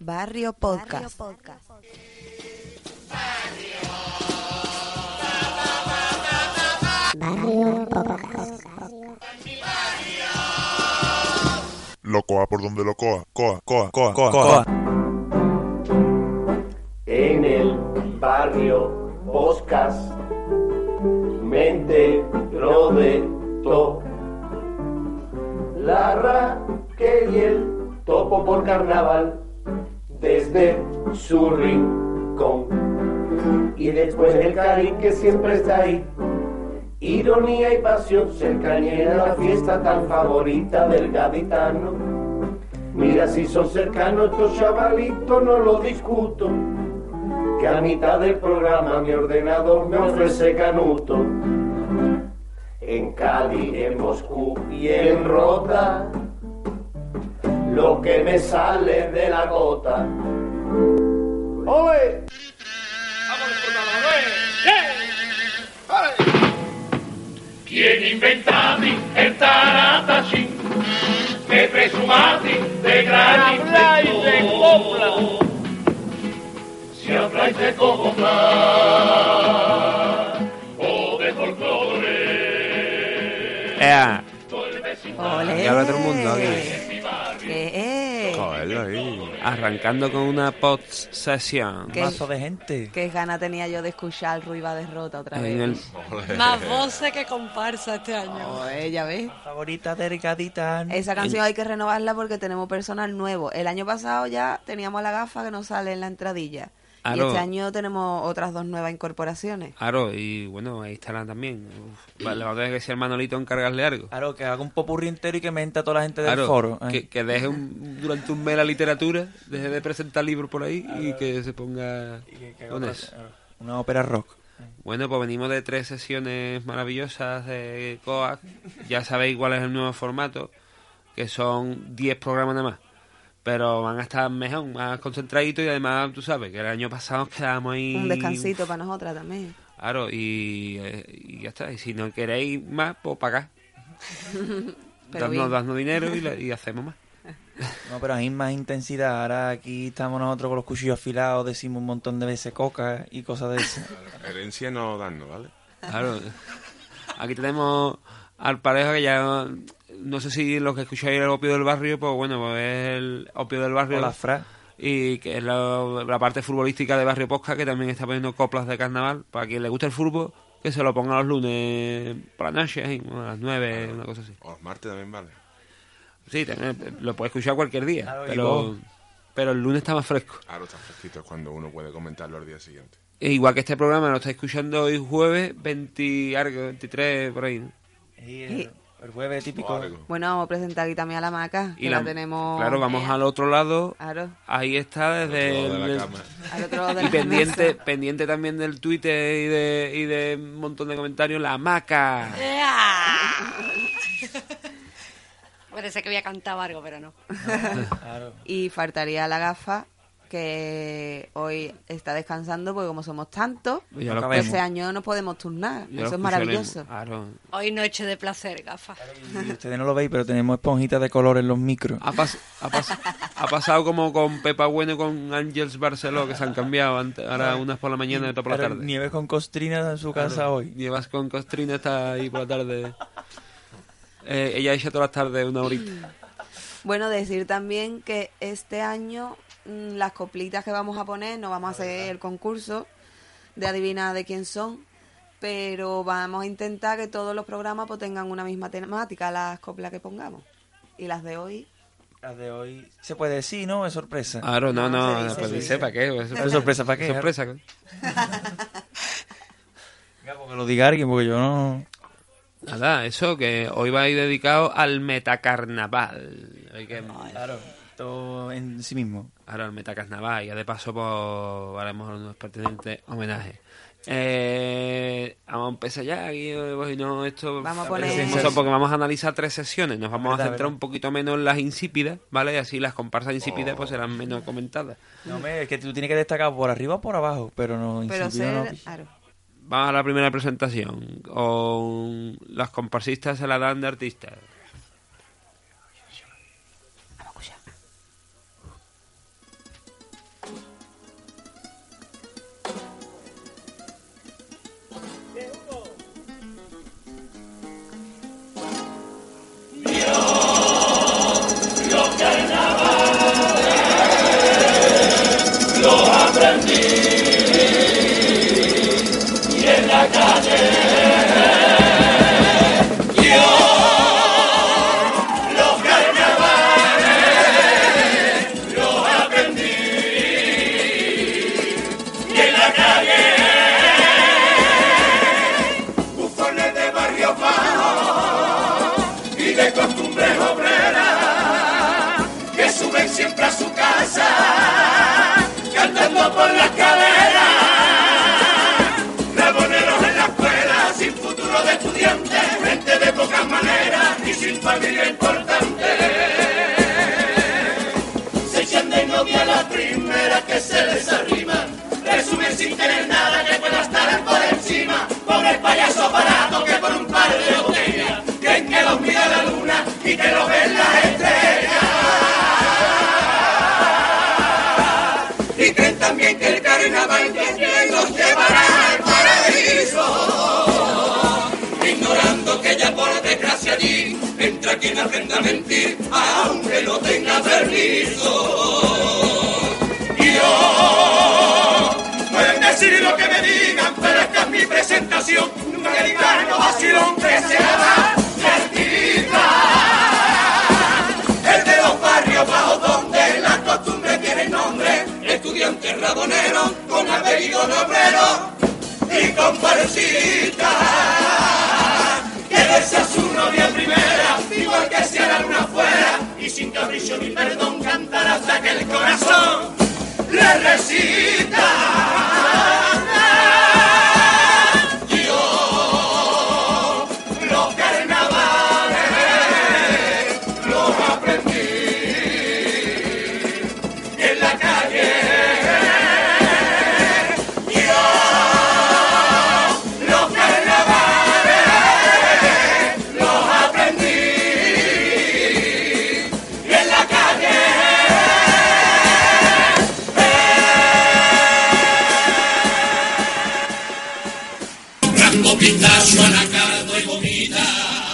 Barrio Podcast. Locoa por donde locoa, coa, coa, coa, coa, coa. en el barrio Boscas, mente rodeto, la Raquel y el topo por carnaval, desde su rincón, y después el cari que siempre está ahí. Ironía y pasión, cercanía era la fiesta tan favorita del gaditano. Mira si son cercanos estos chavalitos, no lo discuto. Que a mitad del programa mi ordenador me ofrece canuto. En Cádiz, en Moscú y en Rota, lo que me sale de la gota. ¡Ole! ¿Quién inventati el taratachín? Que presumati de gran inventor. de copla. Si habláis de copla o de folclore, ¡Ea! todo el vecino Olé. Y habla todo el mundo aquí. Eh, eh. Joder, ahí. Arrancando con una post-sesión. ¿Qué, mazo de gente. qué gana tenía yo de escuchar Ruiva Derrota otra vez. En el... Más voces que comparsa este año. Oh, eh, ya ves. Favorita delgadita. Esa canción hay que renovarla porque tenemos personal nuevo. El año pasado ya teníamos la gafa que nos sale en la entradilla. Y Aló. este año tenemos otras dos nuevas incorporaciones. Aro, y bueno, ahí estarán también. Uf, vale, le va a tener que decir al Manolito encargarle algo. Claro, que haga un popurrí entero y que menta a toda la gente del Aro, foro. eh. que, que deje un- durante un mes la literatura, deje de presentar libros por ahí y que se ponga Y que- que con otra- eso. Una ópera rock. Bueno, pues venimos de tres sesiones maravillosas de COAC. Ya sabéis cuál es el nuevo formato, que son 10 programas nada más. Pero van a estar mejor, más concentraditos y además, tú sabes, que el año pasado nos quedamos ahí... Un descansito para nosotras también. Claro, y, eh, y ya está. Y si no queréis más, pues pagad. Pero Dadnos, bien. dadnos dinero y, la- y hacemos más. No, pero hay más intensidad. Ahora aquí estamos nosotros con los cuchillos afilados, decimos un montón de veces coca y cosas de esas. Herencia no dando, ¿vale? Claro. Aquí tenemos al parejo que ya... No sé si los que escucháis el opio del barrio, pues bueno, pues es el opio del barrio. Con la fra. y que es la, la parte futbolística de Barrio Posca, que también está poniendo coplas de carnaval. Para quien le gusta el fútbol, que se lo ponga los lunes para la noche, ahí, como a las nueve, una cosa así. O los martes también vale. Sí, también, lo puedes escuchar cualquier día, Claro, y pero, vos. pero el lunes está más fresco. Ahora está fresquito, es cuando uno puede comentarlo al día siguiente. E igual que este programa lo está escuchando hoy jueves 20, algo, 23, por ahí. ¿no? Y el, el jueves típico. Algo. Bueno, vamos a presentar aquí también a la maca, que la, tenemos... Claro, vamos al otro lado. Claro, Ahí está desde Al otro lado de el- la cama. al otro lado de Y la pendiente, mesa. pendiente también del Twitter y de, y de un montón de comentarios, la maca. ¡Ea! Parece que voy a cantar algo, pero no. Claro. Y faltaría la gafa, que hoy está descansando, porque como somos tantos, Ya lo- Acabemos. ese año nos podemos turnar. ya lo Eso es escucharemos. maravilloso. Claro. Hoy noche de placer, gafa. Y ustedes no lo veis, pero tenemos esponjitas de color en los micros. Ha, pas- ha pas- ha pasado como con Pepa Bueno y con Ángels Barceló, que se han cambiado. ante- Ahora unas por la mañana y otras por la Pero tarde. Nieves con costrinas en su casa hoy. Llevas con Costrina hasta ahí por la tarde. Eh, ella echa todas las tardes una horita. Bueno, decir también que este año mm, las coplitas que vamos a poner, no vamos a hacer el concurso de adivinar de quién son, pero vamos a intentar que todos los programas pues, tengan una misma temática, las coplas que pongamos. Y las de hoy, Las de hoy. Se puede decir, ¿no? Es sorpresa. Claro, no, No, no, Ah, se dice, pues se dice, dice. ¿para qué? Pues, Pero sorpresa, ¿para qué? Sorpresa. Venga, porque lo diga alguien, porque yo no. Nada, eso que hoy va a ir dedicado al metacarnaval. Hay que- Claro. Todo en sí mismo. Ahora el metacarnaval y ya de paso pues, haremos unos pertinentes homenajes. Eh, vamos a empezar ya, aquí, eh, pues, y no, esto Vamos a la poner- presencia, eso, porque vamos a analizar tres sesiones, nos vamos a Verdad, centrar verdad. un poquito menos en las insípidas, ¿vale? Y así las comparsas insípidas pues serán menos comentadas. No, me, es que tú tienes que destacar por arriba o por abajo, pero no. pero insinuo, ser... no. claro. Vamos a la primera presentación. Con las comparsistas se la dan de artistas. Vamos a escuchar.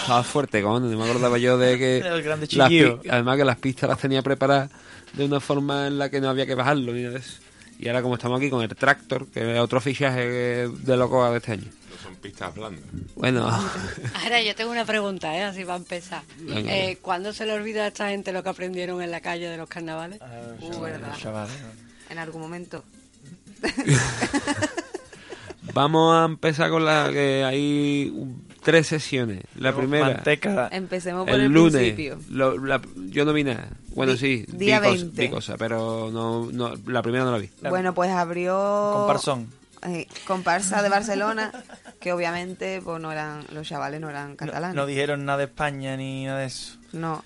Estaba fuerte, cojones. No me acordaba yo de que. El grande las pi- chiquillo. además, que las pistas las tenía preparadas de una forma en la que no había que bajarlo ni nada de eso. Y ahora, como estamos aquí con el tractor, que es otro fichaje de Locoa de este año. No son pistas blandas. Bueno, Ahora yo tengo una pregunta, ¿eh? así va a empezar. Venga. Eh, ¿Cuándo se le olvida a esta gente lo que aprendieron en la calle de los carnavales? Uh, verdad. Chavales, En algún momento. vamos a empezar con la que hay un- tres sesiones. La primera. Manteca. Empecemos por El, el, lunes, principio. lo- la- yo no vi nada. Bueno, Di- sí, día vi, cos- 20. vi cosas, pero no, no- la primera no la vi. Bueno, pues abrió... Comparsón. Eh, comparsa de Barcelona, que obviamente pues, no eran los chavales no eran catalanes. No No, dijeron nada de España ni nada de eso.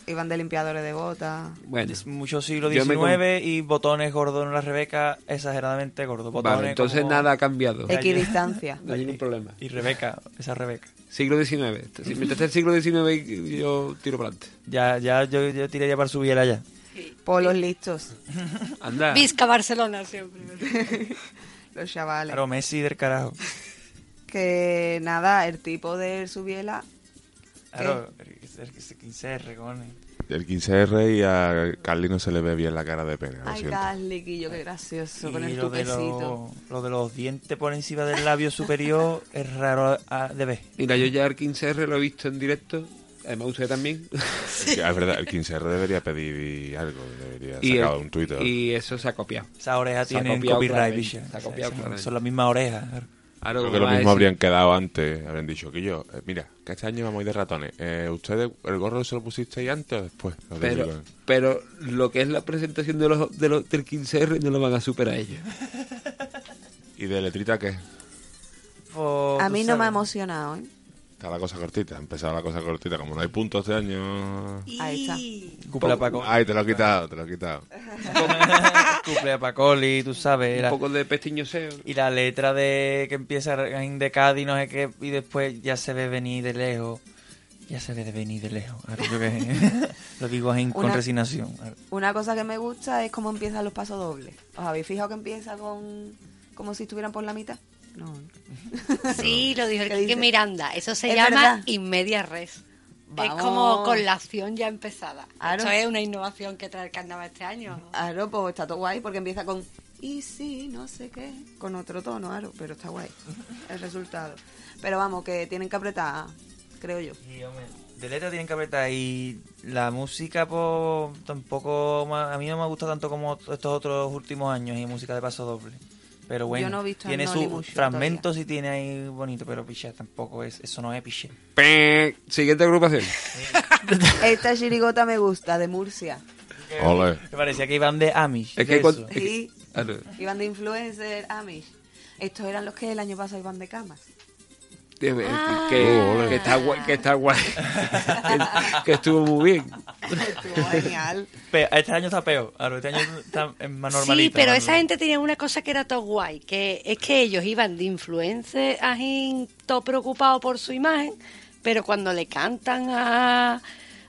iban de limpiadores de botas. Bueno, Mucho siglo Yo XIX me y botones gordos en la Rebeca, exageradamente gordo. Botones vale, entonces como- nada ha cambiado. Calle. Equidistancia. No hay ningún problema. Y Rebeca, esa Rebeca. Siglo XIX. Este- Si metes el siglo XIX, y- yo tiro para adelante. Ya, ya, yo, yo tiraría para subir allá. Polos listos. Anda. Visca Barcelona siempre. Los chavales. Claro, Messi del carajo. Que nada, el tipo del Subiela. Claro, el 15 regones. El 15R y a Carly no se le ve bien la cara de pena, lo Ay, siento. Gasly, Guillo, qué gracioso. Con Y el lo de, tuquecito. los, lo de los dientes por encima del labio superior es raro a- de ver. Mira, yo ya el 15R lo he visto en directo. Además, usted también. Es que, Es verdad, el 15R debería pedir algo, debería Y, sacar el- un Twitter. y eso se ha copiado. Esa oreja Se ha tiene copiado copyright, claramente, bicha. se ha O sea, copiado son- claramente. Son las mismas orejas. Ahora, Creo como que lo va a mismo decir- habrían quedado antes, habrían dicho que yo. eh, mira, que este año vamos a ir de ratones. Eh, ¿Ustedes el gorro se lo pusisteis antes o después? Lo de Pero, Silicon. pero lo que es la presentación de los, de los- del 15R no lo van a superar ellos. ¿Y de letrita qué? O, A Oh, tú mí no me ha sabes, emocionado, ¿eh? Está la cosa cortita, ha empezado la cosa cortita. Como no hay puntos este año. Ahí está. Cumple a Paco. Ay, te lo he quitado, te lo he quitado. Cumple a Pacoli, tú sabes. Un la- poco de pestiñoseo. Y la letra de que empieza de Cádiz, no sé qué, y después ya se ve venir de lejos. Ya se ve de venir de lejos. Ahora yo que- lo digo en- con Una- resignación. Una cosa que me gusta es cómo empiezan los pasos dobles. ¿Os habéis fijado que empieza con. como si estuvieran por la mitad? No. Sí, lo dijo el ¿Qué Quique dice? Miranda. Eso se Es llama verdad. inmedia res. Vamos. Es como con la acción ya empezada. Claro. Eso es una innovación que trae el carnaval este año. Claro, pues está todo guay porque empieza con. "Y y sí, no sé qué, con otro tono, claro, pero está guay el resultado. Pero vamos, que tienen que apretar, creo yo. De letra tienen que apretar y la música pues tampoco ma- a mí no me ha gustado tanto como estos otros últimos años y música de paso doble. Pero bueno, Yo no he visto a tiene Nolly sus mucho fragmentos y tiene ahí bonito, pero piché tampoco es, eso no es piché. Pe- Siguiente agrupación. Esta chirigota me gusta, de Murcia. Ole. Me parecía que iban de Amish. Eh. Es que eso. cuando- Sí, Ah, no. iban de influencer, Amish. Estos eran los que el año pasado iban de camas. Que, Oh, que, que está guay, que está guay. que, que estuvo muy bien. Estuvo genial. Pe- este año está peor, ahora este año está es más normalito. Sí, pero más esa gente tenía una cosa que era todo guay, que es que ellos iban de influencer, ajín, todo preocupado por su imagen, pero cuando le cantan a,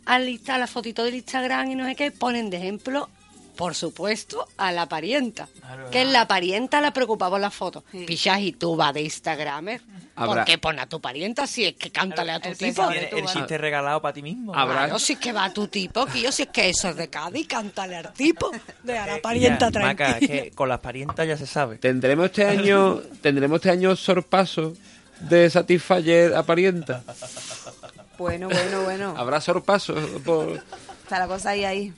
al Insta- la fotito del Instagram y no sé qué, ponen de ejemplo, por supuesto, a la parienta. Claro. Que la parienta la preocupaba la foto. Sí. Pichas y tú vas de Instagramer. Habrá- ¿Por qué pon a tu parienta si es que cántale a tu el tipo? pesado Tiene tú el vas- chiste regalado para ti mismo. Habrá- Claro, si es que va a tu tipo, que yo si es que eso es de Cádiz, cántale al tipo. De a la Ya, parienta tranquila. Maca, eh. es que con las parientas ya se sabe. Tendremos este año, tendremos este año sorpaso de Satisfyer aparenta. Bueno, bueno, bueno. Habrá sorpaso por Está la cosa ahí, ahí.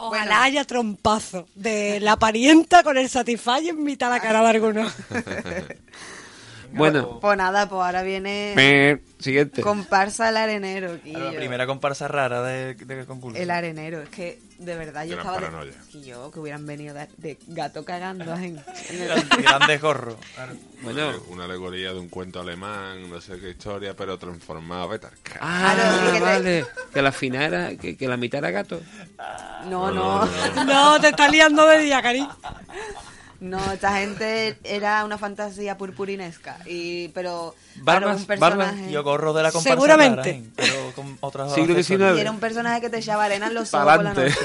Ojalá Bueno. haya trompazo de la parienta con el Satisfy en mitad de la cara de alguno. bueno. Pues nada, pues ahora viene pe- Siguiente. comparsa el arenero, Quillo. La primera comparsa rara de- del concurso. El arenero, es que de verdad yo Gran estaba de, paranoia. Quillo, que hubieran venido de, de gato cagando en, en el- Gran- Grande gorro. Bueno. eh, Una alegoría de un cuento alemán, no sé qué historia, pero transformado. Vete al ca- Claro, Ah, sí que te- vale. Que la final era, que, que la mitad era gato. No, no. No, te está liando de día, cari. No, esta gente era una fantasía purpurinesca. Y, pero Barbas, era un personaje. Yo gorro de la comparsa Seguramente. rara, ¿eh? pero con otras Siglo accesorios. y era un personaje que te echaba arena en los ojos por la Pa'lante. noche.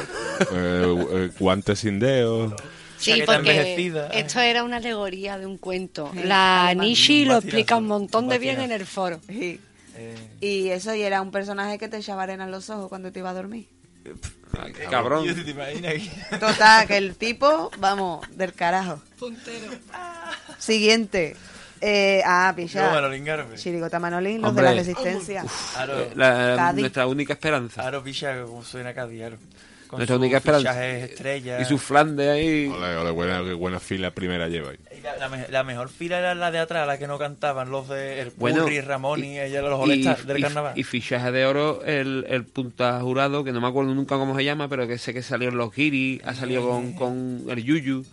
Eh, eh, guantes sin dedos. Sí, Chaqueta envejecida. porque esto era una alegoría de un cuento. Sí, La alemán. Nishi lo Un explica un vacío, montón un de vacío. bien en el foro. Sí. Eh, Y eso, y era un personaje que te echaba arena en los ojos cuando te iba a dormir. Ah, Cabrón. ¿Te imaginas que- Total, que el tipo, vamos, del carajo. Siguiente. Eh, ah, Yo, pilla. Manolín Garbe. Chirigota Manolín, los Hombre. de la resistencia. Aro, Eh, La- Cádiz. nuestra única esperanza. Aro Picha, como suena Cádiz, Aro. Con nuestra sus única esperanza. fichajes estrella. Y su flan de ahí. Ole, ole, buena, qué buena fila primera lleva ahí. La, la me- la mejor fila era la de atrás, la que no cantaban, los de El Bueno, Curry, Ramón y, ella los y- All-Stars del y- carnaval. y fichaje de oro, el, el punta jurado, que no me acuerdo nunca cómo se llama, pero que sé que salió en los giri, ha salido con, con el yuyu.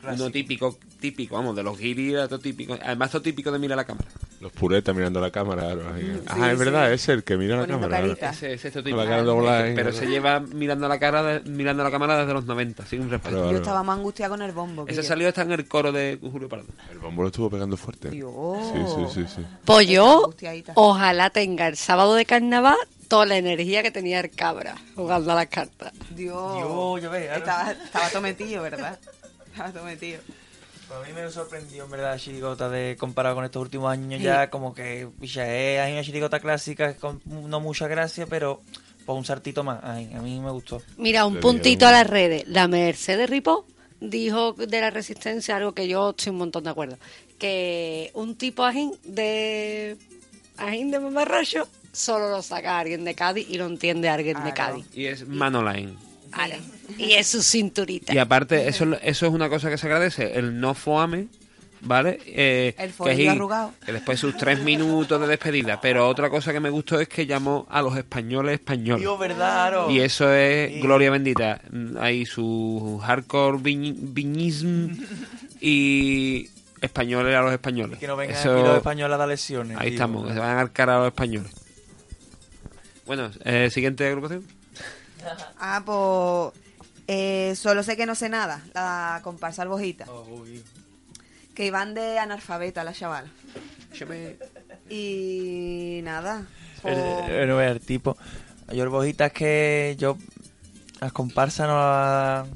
clásico. Uno típico, típico, vamos, de los giri era todo típico. Además, todo típico de mirar la cámara. Los puretas mirando la cámara. Aro, ahí. Ajá, sí, es verdad, sí. es el que mira la Poniendo cámara. Aro. carita. Ese, ese es todo Con típico. la cara doblada, ¿eh? pero se lleva mirando la cara de- mirando la cámara desde los 90, sin respeto. Claro. Yo estaba más angustiada con el bombo. Ese Guillo. salió está en el coro de Julio Pardo. El bombo lo estuvo pegando fuerte. Dios. Sí, sí, sí, sí. Pues yo, Angustiadita. ojalá tenga el sábado de carnaval toda la energía que tenía el cabra jugando a las cartas. Dios. Dios, ya ves, claro. Estaba, estaba tometido, ¿verdad? Estaba tometido. Pues A mí me sorprendió, en verdad, la chirigota de, comparado con estos últimos años ya, como que ya es, hay una chirigota clásica con no mucha gracia, pero por un sartito más. Ay, a mí me gustó. Mira, un Le puntito dieron- a las redes. La Mercedes Ripó dijo de la resistencia algo que yo estoy un montón de acuerdo. Que un tipo ajín de ajín de mamarracho solo lo saca alguien de Cádiz y lo entiende alguien de Cádiz. Y es Manoline. Ahora, Y es su cinturita. Y aparte, eso, es- eso es una cosa que se agradece, el no foame, ¿vale? Eh, El que foillo es- arrugado. Que después sus tres minutos de despedida. Pero otra cosa que me gustó es que llamó a los españoles españoles. Dios, ¿verdad, Aro? Y eso es Sí. gloria bendita. Mm, Hay su hardcore viñi- viñismo y españoles a los españoles. Que no vengan Eso- aquí los españoles a dar lesiones. Ahí tío. estamos, eh. que se van a arcar a los españoles. Bueno, eh, siguiente agrupación. Ah, pues. eh, solo sé que no sé nada. La comparsa albojita. Oh, uy. Que iban de analfabeta la chavala. Y nada. Oh. El, pues, el- el- el tipo. Yo el bojita es que yo. Las comparsas no las.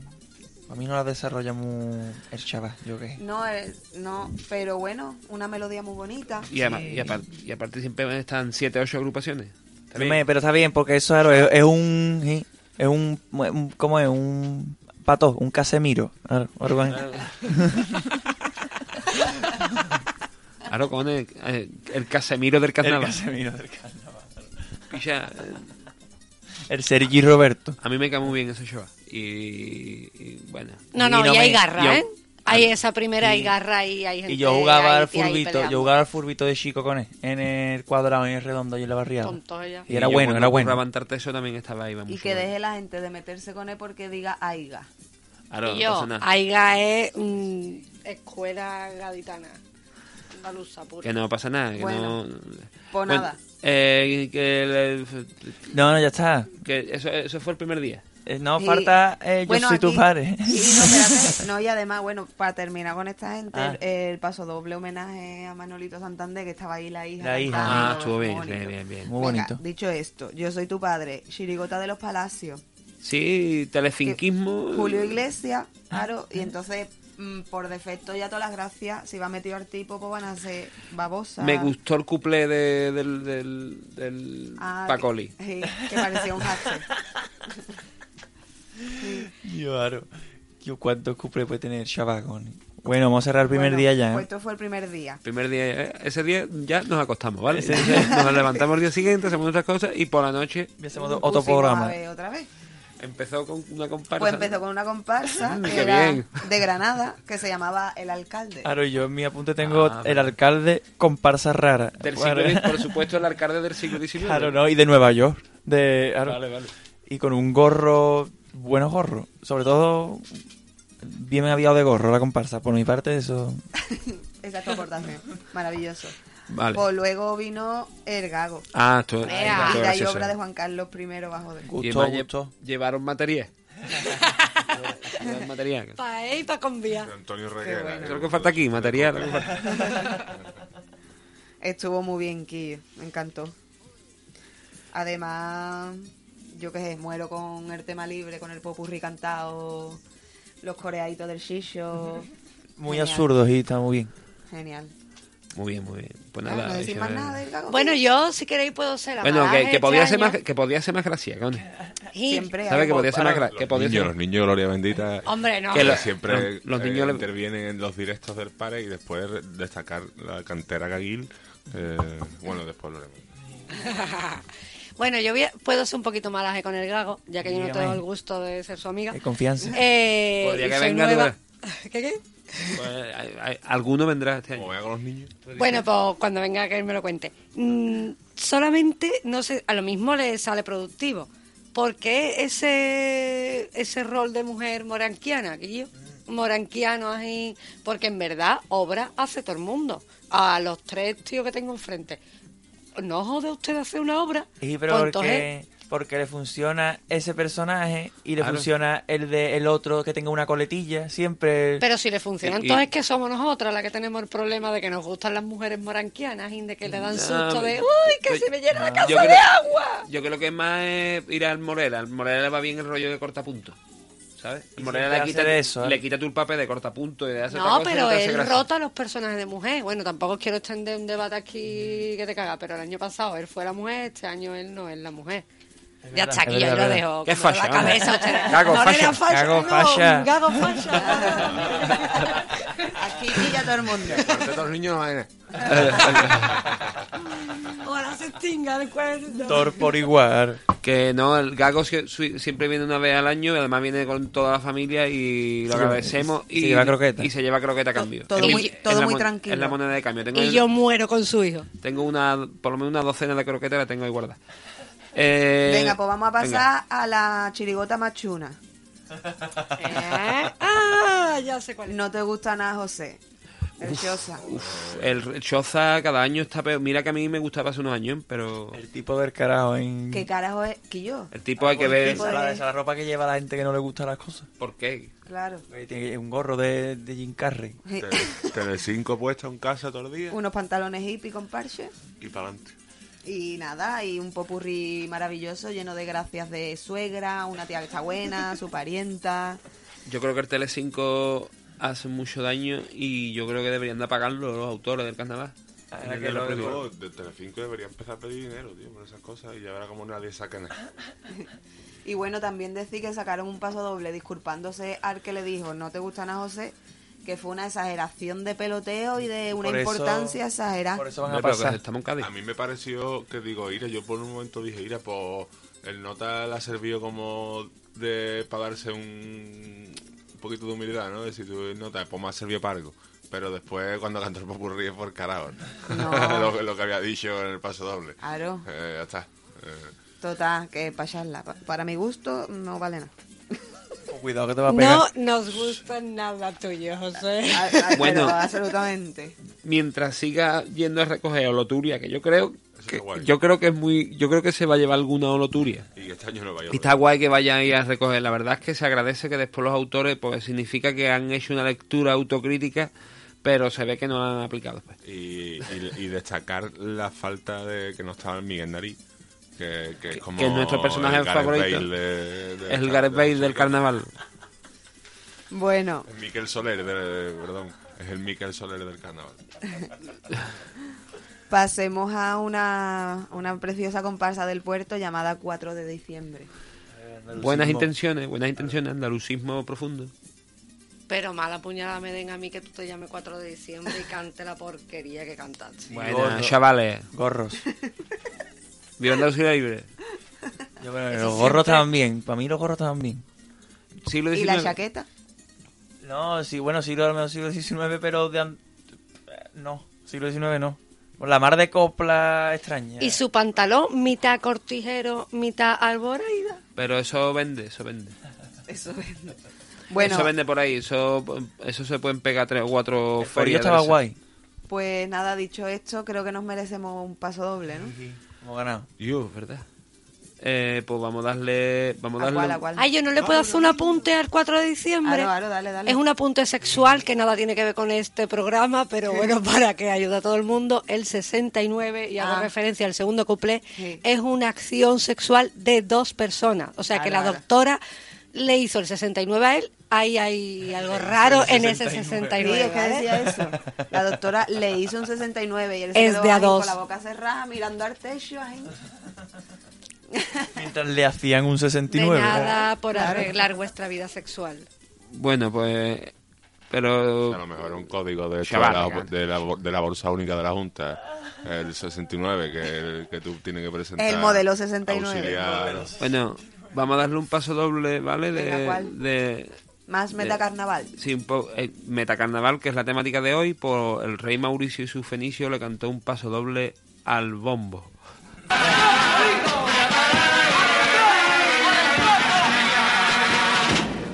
A mí no las desarrolla muy el chaval, yo qué. no, eh, no, pero bueno, una melodía muy bonita. Y, además- y apar- y aparte siempre están 7 8 agrupaciones. Está Pero bien. me- pero está bien, porque eso claro, es, es un. sí, Es un, un- ¿Cómo es? Un pato, un Casemiro. Ar- Orban. Ahora con el, eh, el Casemiro del El carnaval. Casemiro del carnaval. Picha, eh, El Sergi Roberto. a mí me cae muy bien ese show. Y, y bueno. No, Y no, no y hay me- garra, yo- ¿eh? Hay esa primera, hay Y- garra y hay gente. Y yo jugaba ahí, al tía, ahí furbito, peleando. yo jugaba al furbito de chico con él, en el cuadrado, en el redondo y en la barriada. Tonto ella. Y era bueno, era bueno. eso también estaba ahí. vamos, Y que deje la gente de meterse con él porque diga aiga. Ahora no y yo, pasa nada. Aiga es mm, escuela gaditana, andaluza pura. Que no pasa nada. Que Bueno, no... pues nada. eh, que, le- No, no, ya está. que eso, eso fue el primer día. Eh, No Y- falta eh, yo bueno, soy tu aquí- padre. Y no, espérate, no, y además, bueno, para terminar con esta gente, Ah. el, el paso doble homenaje a Manolito Santander, que estaba ahí la hija. La hija. cantando, Ah, muy estuvo bien, bonito. bien, bien, bien. Muy Venga, bonito. dicho esto, yo soy tu padre, Chirigota de los Palacios, Sí, telecinquismo. Julio Iglesias, claro, y entonces mm, por defecto ya todas las gracias, si va metido al tipo, pues van a ser babosas. Me gustó el cuplé de- del, del, del Ah, Pacoli. Que, sí, que parecía un hashtag. Yo, aro. Yo, ¿Cuántos cuples puede tener Chabacón? Bueno, vamos a cerrar el primer Bueno, día ya. Pues ¿eh? esto fue el primer día. Primer día, eh, ese día ya nos acostamos, ¿vale? Nos levantamos el día siguiente, hacemos otras cosas y por la noche Y hacemos otro- otro Pusimos a programa. ver otra vez. empezó con una comparsa. Pues empezó con una comparsa Mm, que qué era bien. de Granada, que se llamaba El Alcalde. Aro, yo en mi apunte tengo Ah, el alcalde comparsa rara. Del siglo Claro. XIX, por supuesto, el alcalde del siglo XIX. Claro, no, y de Nueva York. De, aro. Vale, vale. Y con un gorro, buenos gorros. Sobre todo, bien aviado de gorro la comparsa. Por mi parte, eso. Esa es tu aportación. Maravilloso. Vale. Pues luego vino El Gago. Ah, esto Vea. esto es Vida y gracioso. obra de Juan Carlos I bajo de. Y Gustó, además lle- gustó. Llevaron material. Llevaron material. Pa' él y pa' conviar. Antonio Reguera. Eso es lo que falta aquí, material. lo que falta. Estuvo muy bien, Quillo. Me encantó. Además, yo qué sé, muero con el tema libre, con el popurri cantado, los coreaditos del shisho. Muy Genial. absurdo y está muy bien. Genial. Muy bien, muy bien. Pues Ah, nada. no decís eso más es- nada del Gago. Bueno, yo, si queréis, puedo ser la Bueno, malaje que, que eh, este podía ser año. más, que podía ser más gracia, coño. Y- Siempre. ¿Sabes que algo- podía ser más gracia? Que podía niños, ser... los niños, gloria bendita. Hombre, no. Que que lo- siempre los- los eh, niños le- intervienen en los directos del Pare y después destacar la cantera Gaguil. eh, bueno, después lo haremos. Bueno, yo voy a- puedo ser un poquito malaje con el gago, ya que yo no Dígame. tengo el gusto de ser su amiga. Hay confianza. Eh, Podría y que soy venga tú, nueva. ¿Qué, qué? Pues, hay- hay- alguno vendrá este Como año. vea con los niños. Bueno, pues cuando venga que él me lo cuente. Mm, solamente, no sé, a lo mismo le sale productivo. ¿Por qué ese, ese rol de mujer moranquiana, Guillo? Moranquiano así, porque en verdad obra hace todo el mundo. A los tres tíos que tengo enfrente. No jode usted hacer una obra. Y pero Pues porque, porque le funciona ese personaje y le Claro. funciona el de el otro que tenga una coletilla siempre. Pero si le funciona, Y- y- entonces que somos nosotras las que tenemos el problema de que nos gustan las mujeres moranquianas y de que le dan No, susto de pero- ¡Uy, que se me llena la Yo casa creo- de agua! Yo creo que es más eh, ir al Morera. Al Morera le va bien el rollo de cortapunto. ¿Sabes? Y El Morera siempre le hace quita, de eso, ¿eh? le quita tu papel de cortapunto y de hacer otra No, cosa y pero te hace él gracia. rota los personajes de mujer. Bueno, tampoco quiero extender un debate aquí que te caga, pero el año pasado él fue la mujer, este año él no es la mujer. ya está, es aquí yo verdad, lo verdad. dejo. como de Qué facha, la vamos. cabeza a ustedes. Gago, no le facha. da facha. Gago, no, facha. Gago facha. Aquí pilla todo el mundo. Corté a los niños, no va a ir. Ahora se extinga después. de- Thor por igual. Que no, el Gago sie- su- siempre viene una vez al año y además viene con toda la familia y lo Se lleva- agradecemos. se y, lleva croqueta. y se lleva croqueta a To- cambio. todo Es la- muy- es todo la muy mon- tranquilo. Es la moneda de cambio. Tengo, Y el- yo muero con su hijo. tengo una, por lo menos una docena de croquetas la tengo ahí guardada. Eh, Venga, pues vamos a pasar venga. a la chirigota machuna. ¿Eh? Ah, ya sé cuál es. No te gusta nada, José. Preciosa. Uf, el, el Choza cada año está peor. Mira que a mí me gustaba hace unos años, pero El tipo del carajo en. ¿Qué carajo es? Que yo. el tipo hay que Esa ver tipo de- es la, esa es la ropa que lleva la gente que no le gusta las cosas. por qué. Claro. Porque Tiene un gorro de, de Jim Carrey. Tele- Telecinco puesta en casa todo el día Unos pantalones hippie con parche. y para adelante. Y nada, y un popurrí maravilloso lleno de gracias de suegra, una tía que está buena, su parienta. Yo creo que el Tele5 hace mucho daño y yo creo que deberían de apagarlo los autores del carnaval. Ahora Yo que lo lo creo. de Telecinco debería empezar a pedir dinero, tío, por esas cosas y ya verá como nadie saca nada. Y bueno, también decir que sacaron un paso doble disculpándose al que le dijo, no te gustan a José, que fue una exageración de peloteo y de una Por eso- importancia exagerada. Por eso van a Hombre, pero que pasar. estamos en Cádiz. A mí me pareció que digo, Ira, yo por un momento dije, Ira, pues el nota le ha servido como de para darse un, un poquito de humildad, ¿no? De si tú nota, pues me ha servido para algo. Pero después cuando cantó el popurrí es por carajo. No. lo, lo que había dicho en el paso doble. Claro. Eh, ya está. Eh, Total, Tota, que para charla. Pa- Para mi gusto, no vale nada. Cuidado que te va a pegar. No nos gusta nada tuyo, José. A- a- pero Bueno. absolutamente. Mientras siga yendo a recoger oloturia, que yo creo está que, guay. yo creo que es muy yo creo que se va a llevar alguna oloturia. y este año no vaya Y está guay que vayan ahí a recoger. La verdad es que se agradece que después los autores, pues significa que han hecho una lectura autocrítica, pero se ve que no la han aplicado después. y, y- y destacar la falta de que no estaba el Miguel Nariz. Que, que es como que nuestro personaje el Gareth favorito Bale de- de- Es el Gareth Bale del carnaval. Bueno, El Miquel Soler, de- perdón, es el Miquel Soler del carnaval. pasemos a una, una preciosa comparsa del puerto llamada 4 de diciembre. Buenas Andalucismo. intenciones, buenas intenciones, andalucismo profundo. Pero mala puñada me den a mí que tú te llames 4 de diciembre y cante la porquería que cantaste. Buenas, gordo. chavales. Gorros. Viva Andalucía Libre. Yo creo que Eso los gorros siempre. también. Para mí los gorros también. Siglo ¿Y la XIX. chaqueta? No, sí, bueno, siglo, al menos siglo XIX, pero de... an- eh, No, siglo XIX no. Por La mar de copla extraña. Y su pantalón, mitad cortijero, mitad alboraida. Pero eso vende, eso vende. Eso vende. Bueno, Eso vende por ahí, eso, eso se pueden pegar tres o cuatro El forillo ferias. de estaba esas. guay. pues nada, dicho esto, creo que nos merecemos un paso doble, ¿no? Hemos ganado. Yo, ¿verdad? Eh, pues vamos a darle... Vamos a ¿A darle cuál, a cuál? Ay, yo no le puedo hacer un apunte al 4 de diciembre. Aro, aro, dale, dale. Es un apunte sexual que nada tiene que ver con este programa, pero bueno, para que ayude a todo el mundo, el 69, y hago Ah. referencia al segundo couplé, Sí. es una acción sexual de dos personas. O sea, que Aro, la aro. doctora le hizo el 69 a él, ahí hay algo raro en ese Sí, es que 69. ¿eh? decía eso. La doctora le hizo un 69 y él se Es quedó de a ahí con dos. la boca cerrada mirando al techo. ahí. Mientras le hacían un De 69. nada por arreglar vuestra vida sexual. Bueno, pues... A lo Pero... mejor un código de, esto de, Chaval, la, venga. de la bo- de la bolsa única de la Junta, el 69, que, que tú tienes que presentar. El modelo 69. Auxiliar. Bueno, vamos a darle un paso doble, ¿vale? Venga, De, ¿cuál? de, Más metacarnaval. sí, un po- eh, Metacarnaval, que es la temática de hoy, por el rey Mauricio y su fenicio le cantó un paso doble al bombo.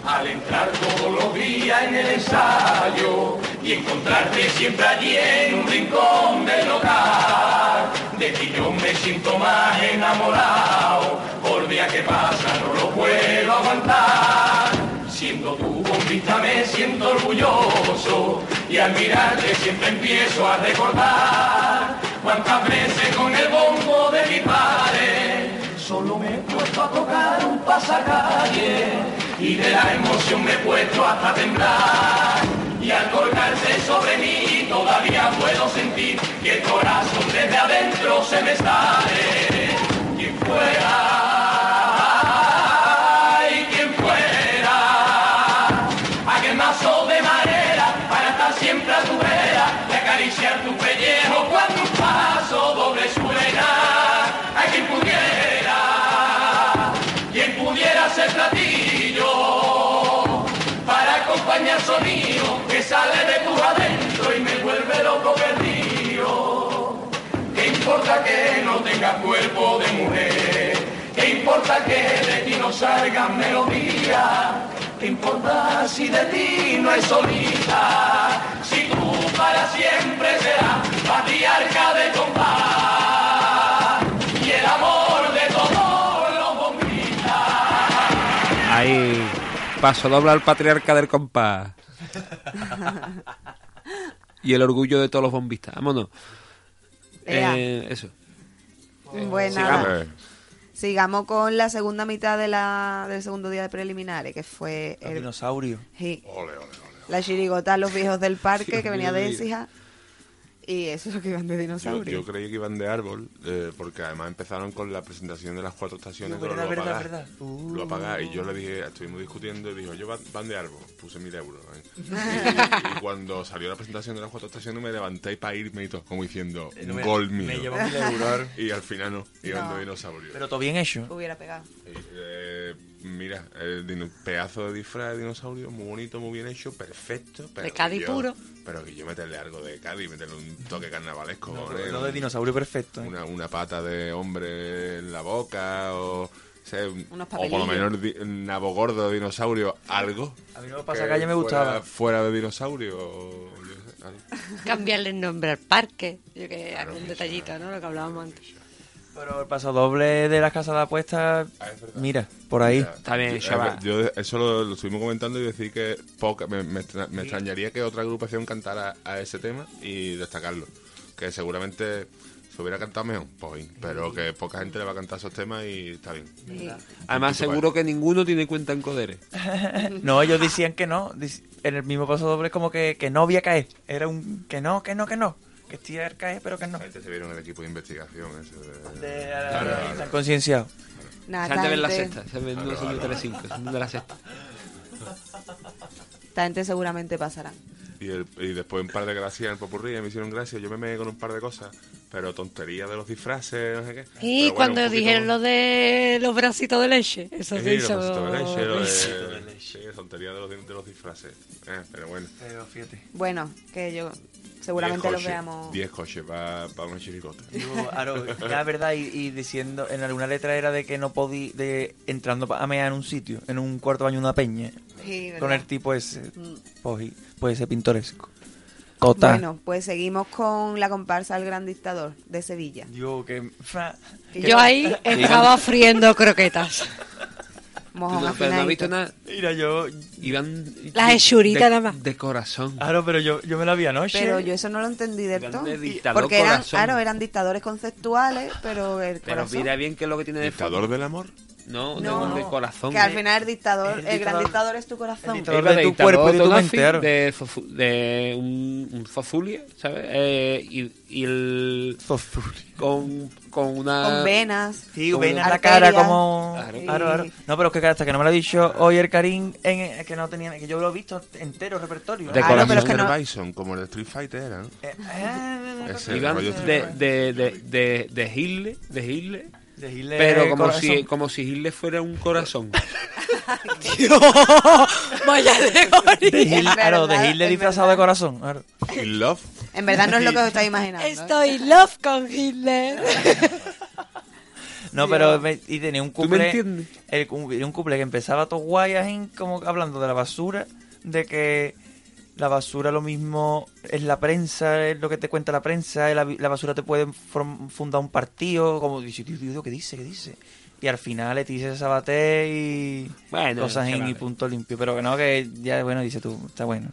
Al entrar todos los días en el ensayo y encontrarte siempre allí en un rincón del local, de ti yo me siento más enamorado, por día que pasa no lo puedo aguantar. Siendo tu bombita me siento orgulloso y al mirarte siempre empiezo a recordar cuántas veces con el bombo de mi padre solo me he puesto a tocar un pasacalle y de la emoción me he puesto hasta temblar y al colgarse sobre mí todavía puedo sentir que el corazón desde adentro se me sale quien fuera ay quien fuera aquel mazo de madera para estar siempre a tu vera y acariciar tu pellejo cuando un paso doble suena a quien pudiera quien pudiera ser platillo para acompañar sonido que sale de tu adentro y me vuelve loco perdido ¿Qué importa que no tenga cuerpo de mujer? ¿Qué importa que de ti no salgan melodías? ¿Qué importa si de ti no hay solita? Si tú para siempre serás patriarca de compás y el amor de todos los bombitas. Ahí, paso doble al patriarca del compás. y el orgullo de todos los bombistas. Vámonos. Ea. Eh, eso. Bueno, sigamos. Pues nada. Eh, sigamos con la segunda mitad de la, del segundo día de preliminares, que fue El el, dinosaurio. sí, ole, ole, ole. la chirigota Los Viejos del Parque, que venía de Écija. Y eso es lo que iban de Yo, dinosaurio. yo creí que iban de árbol, eh, porque además empezaron con la presentación de las cuatro estaciones, No, pero verdad, lo apagás. verdad, verdad. Uh. Lo apagás. Y yo le dije, estuvimos discutiendo, y dijo, yo van, van de árbol. Puse mil euros. ¿eh? Y, y cuando salió la presentación de las cuatro estaciones, me levanté para irme y todo, como diciendo, Eh, no un me- gol me mío. llevo mil euros. Y al final no, iban No. de dinosaurio. Pero todo bien hecho. Hubiera pegado. Eh, mira, el dino- pedazo de disfraz de dinosaurio, muy bonito, muy bien hecho, perfecto. Pero De Cádiz que puro. Pero que yo meterle algo de Cádiz, meterle un toque carnavalesco. No, ¿eh? no de dinosaurio perfecto. ¿eh? una, una pata de hombre en la boca o, o sea, Unos o por lo papelillos. menos di- nabo gordo de dinosaurio, algo. A mí no me pasa que calle me fuera- gustaba. Fuera de dinosaurio o yo qué sé, algo. Cambiarle el nombre al parque. Yo que Claro, algún eso, detallito, ¿no? Lo que hablábamos antes. Pero el paso doble de las casas de apuestas, Ah, es verdad. mira, por ahí. Ya. Está bien, Yo- chaval. Eh, Yo eso lo, lo estuvimos comentando y decir que poca, me, me extra- me extrañaría que otra agrupación cantara a ese tema y destacarlo. Que seguramente se hubiera cantado mejor, pues, Mm. pero que poca gente le va a cantar esos temas y está bien. Además, ¿eh? seguro que ninguno tiene cuenta en Codere. No, ellos decían que no. dic- En el mismo paso doble como que, que no había caer. Era un que no, que no, que no. Que estoy a caer, pero que no. La gente se vieron el equipo de investigación. ese de- De- Claro, claro. Están concienciados. Se han de ver la gente- sexta, se han de no son de Telecinco, son de la sexta. esta gente seguramente pasará. Y, el- y después un par de gracias en el popurrí, me hicieron gracia, yo me meé con un par de cosas, pero tonterías de los disfraces, no sé qué. Pero Y bueno, cuando un poquito- dijeron lo de los bracitos de leche, eso Sí, se los hizo. bracitos de leche, lo de- Bracitos de sí, leche. tontería de los, de los disfraces. Eh, pero bueno. Pero fíjate. Bueno, que yo seguramente Diez los coches, veamos. Eh, 10 coches para una chiricota. Digo, Aro, la verdad, y, y diciendo, en alguna letra era de que no podía, de entrando a mear en un sitio, en un cuarto baño de una peña, Sí, ¿verdad? con el tipo ese, pues, puede ser pintoresco. Cota. Bueno, pues seguimos con la comparsa El Gran Dictador de Sevilla. Digo que... fra- Y Yo ahí estaba friendo croquetas. Mojón No, pero no afinadito. has visto nada. Mira, yo... Iban. Las hechuritas de- nada más. De corazón. Aro, pero yo, yo me la vi anoche. Pero yo eso no lo entendí del todo. Grande dictador Porque eran, corazón. claro, eran dictadores conceptuales, pero el Pero corazón. mira bien que es lo que pues- tiene de fondo. ¿Dictador del amor? No, No, no, de corazón. eh. que al final el dictador, El el, gran dictador- dictador es tu corazón. dictador- de tu cuerpo y de tu Gaddafi, mente, claro. De, Zofu- de un, un Zofulia, ¿sabes? Eh, y, y el. Zozuli. Con, con una. Con venas. Sí, Con ven a la arterias. cara como... Claro. Aro, aro. No, pero es que hasta que no me lo ha dicho hoy el Karim, en, es que no tenía... que yo lo he visto entero, el repertorio. De Ah, no, pero es corazón. que no- Bison, como el Street Fighter era, ¿no? Eh, eh, Ese Iban rollo de, Street Fighter. de, de, de, de Hitler, de Hitler, de Hitler, pero como corazón. si, como si Hitler fuera un corazón. Vaya De alegoría. Gil, Es claro, de verdad, Hitler es disfrazado de verdad. corazón. claro. In Love. En verdad no es lo que os estáis imaginando. ¿eh? Estoy love con Hitler. No, pero me- y tenía un me couple, entiendes? el, cum- tenía un couple que empezaba todo guay, ajín, como hablando de la basura, de que la basura lo mismo es la prensa, es lo que te cuenta la prensa, la, la basura te puede form- fundar un partido, como dice, Dios, Dios, Dios, ¿qué dice? ¿Qué dice? Y al final le dice Sabaté y Bueno, cosas se ajín vale. y punto limpio. Pero que no, que ya, bueno, dice tú, está bueno.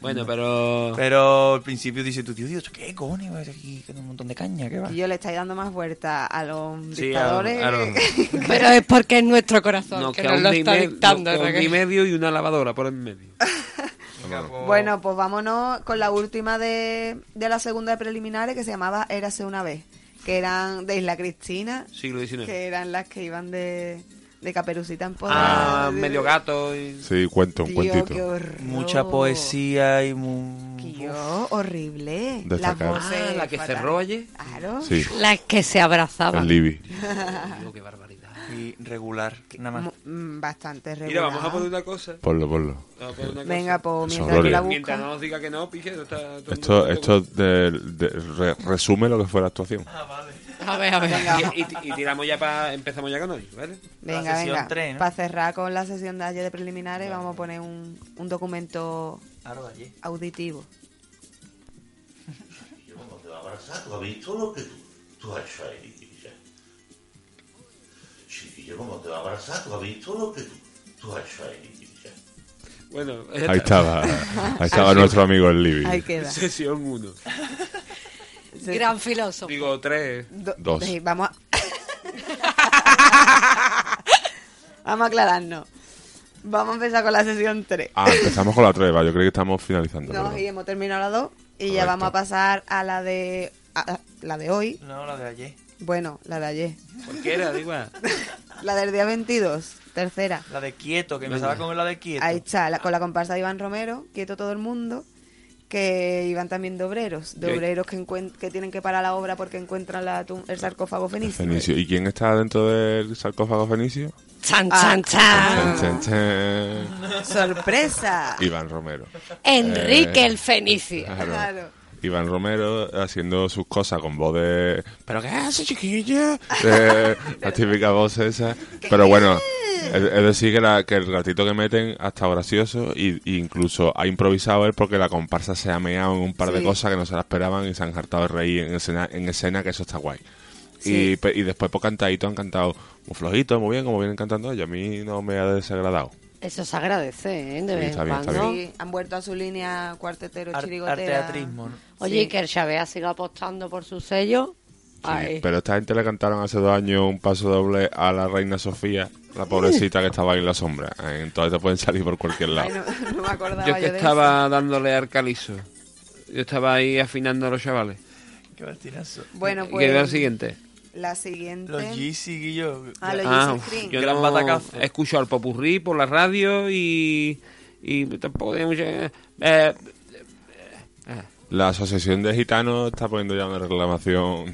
Bueno, pero Pero al principio dice tú, Dios, Dios, ¿qué coño? Aquí que hay un montón de caña, ¿qué va? Y yo le estáis dando más vuelta a los Sí, a los- dictadores. a los- Pero es porque es nuestro corazón nos que queda nos lo un día y está medio- dictando. nos queda un Raquel. día y medio y una lavadora por en medio. Bueno, pues vámonos con la última de, de la segunda de preliminares que se llamaba Érase una vez, que eran de Isla Cristina, Siglo XIX. que eran las que iban de, de caperucita en Ah, poda. medio gato. y- Sí, cuento, un Tío, qué cuentito. horror. Mucha poesía y mu- Tío, horrible. Destacable. Las voces Ah, la que fatal. cerró ayer. Claro. Sí, Las que se el Ah, abrazaban. Libby. Dios, qué barbaridad. y regular, nada más. Mu- mm, Bastante regular. Mira, vamos a poner una cosa. Ponlo, ponlo. Vamos a poner una cosa. Venga, pues Eso, mientras tú la Gloria. Mientras no buscas. nos diga que no, pije, está todo el mundo Esto, contento esto de- de- re- resume lo que fue la actuación. A ver, a ver. con- Y, y- y tiramos ya para... Empezamos ya con hoy, ¿vale? Venga, sesión venga. tres, ¿no? Para cerrar con la sesión de ayer de preliminares, vamos a poner un, un documento Ah, auditivo. Yo no te va a abrazar, tú has visto lo que tú, tú has hecho ahí, cioè. chiquilla. Chiquillo, ¿cómo te va a abrazar? Tú has visto lo que tú, tú has hecho ahí, cioè. chiquilla. Bueno, Ahí estaba, ahí estaba nuestro amigo el Libby. Ahí queda. sesión 1. Se- Gran filósofo. Digo, 3. do- Dos. sí, vamos a... vamos a aclararnos. Vamos a empezar con la sesión 3. Ah, empezamos con la 3, va. Yo creo que estamos finalizando. No, perdón. y hemos terminado la 2 y ya Correcto. vamos a pasar a la de a la de hoy. No, la de ayer. Bueno, la de ayer. Cualquiera, da igual. La del día 22, tercera. La de quieto, que empezaba Venga. con la de quieto. Ahí está, la- con la comparsa de Iván Romero, quieto todo el mundo, que iban también de obreros, de Bien. obreros que, encuent- que tienen que parar la obra porque encuentran la tum- el sarcófago fenicio. Fenicio. ¿Y quién está dentro del sarcófago Fenicio? Chan, chan, Chan, Ah. chan. chan, chan. ¡Sorpresa! Iván Romero. Enrique Eh. el Fenicio. Claro. Claro. Iván Romero haciendo sus cosas con voz de... ¿Pero qué hace, chiquillo? De- la típica voz esa. Pero bueno, es, es decir, que, la- que el ratito que meten ha estado gracioso y, y incluso ha improvisado él porque la comparsa se ha meado en un par de Sí. cosas que no se la esperaban y se han hartado de reír en escena, en escena que eso está guay. Sí. Y, pe- y después por cantadito han cantado muy flojito, muy bien, como vienen cantando ellos. A mí no me ha desagradado. Eso se agradece, ¿eh? De Sí, vez está en bien, está cuando. Sí, han vuelto a su línea cuartetero, Ar- chirigotera. arteatrismo, Mm. ¿no? Oye, y que el Chavea siga apostando por su sello. Sí, Ay. pero esta gente le cantaron hace dos años un paso doble a la reina Sofía, la pobrecita que estaba ahí en la sombra. Eh, Entonces te pueden salir por cualquier Ay, lado. no, no me acordaba Yo yo, es que de estaba dándole al calizo. Yo estaba ahí afinando a los chavales. Qué martinazo. eso. Bueno, Y pues que veo el siguiente. la siguiente. Los Yeezy, Guillo. Ah, los Ah, Yeezy Cream. yo Gran no batacazo. escucho al popurrí por la radio y, y tampoco tenía mucha... eh, La asociación de gitanos está poniendo ya una reclamación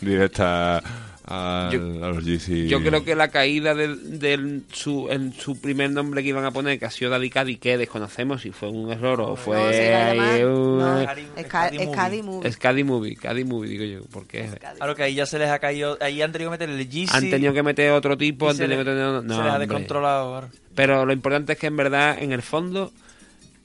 directa a, Yo- a los GC. yo creo que la caída de, del- su, en su primer nombre que iban a poner, que ha sido Daddy Caddy, que desconocemos si fue un error o fue... No, se iba a llamar- ahí no, un- es Ca- Scadi es Movie. Scadi Movie. Es Caddy Movie, Caddy Movie, digo yo, porque es- Claro que ahí ya se les ha caído. Ahí han tenido que meter el Yeezy. han tenido que meter otro y tipo, han se tenido que les- tener... No, se les ha hombre. descontrolado. ahora. Pero lo importante es que en verdad, en el fondo,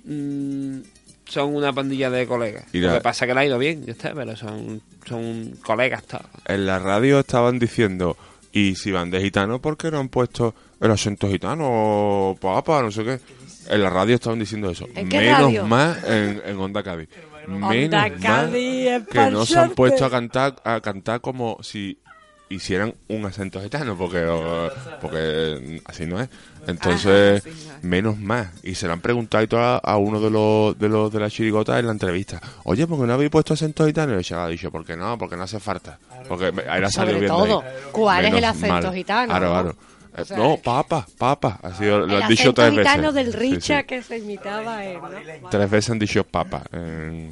mm, son una pandilla de colegas. Mira. Lo que pasa es que le ha ido bien, ya está, pero son, son colegas. Tal. En la radio estaban diciendo, y si van de gitano, ¿por qué no han puesto el acento gitano, papa, no sé qué? En la radio estaban diciendo eso. ¿En qué Menos radio? más en, en Onda Cádiz. Menos Onda mal Cádiz, es que no se han pasarte. puesto a cantar, a cantar como si hicieran un acento gitano, porque, eh, porque eh, así no es. Entonces, Ajá, sí, no es. menos más. Y se lo han preguntado y todo a, a uno de los, de los de la chirigota en la entrevista. Oye, ¿por qué no habéis puesto acento gitano? Y el chaval ha dicho, ¿por qué no? Porque no hace falta. Porque me- ahí la salió Sobre bien todo, de ahí. ¿cuál es el Menos acento mal. gitano, Claro, no? claro. Eh, sea, no, papa, papa. Ha sido, lo el han dicho acento tres veces. gitano del Sí, Richa sí. que se imitaba a él, ¿no? Tres veces han dicho papa. eh,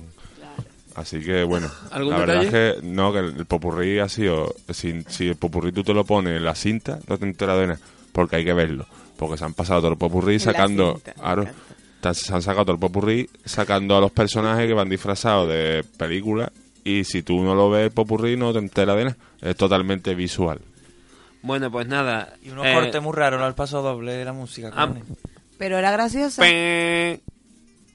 Así que bueno, ¿Algún la verdad detalle? es que no, que el el popurrí ha sido, si, si el popurrí tú te lo pones en la cinta, no te enteras de nada, porque hay que verlo, porque se han pasado todo el popurrí la sacando, cinta, me claro, encanta. ta- se han sacado todo el popurrí sacando a los personajes que van disfrazados de película y si tú no lo ves el popurrí no te enteras de nada, es totalmente visual. Bueno, pues nada. Y unos eh, cortes muy raros ¿no? al paso doble de la música. ah, cojones. Pero era graciosa. pe-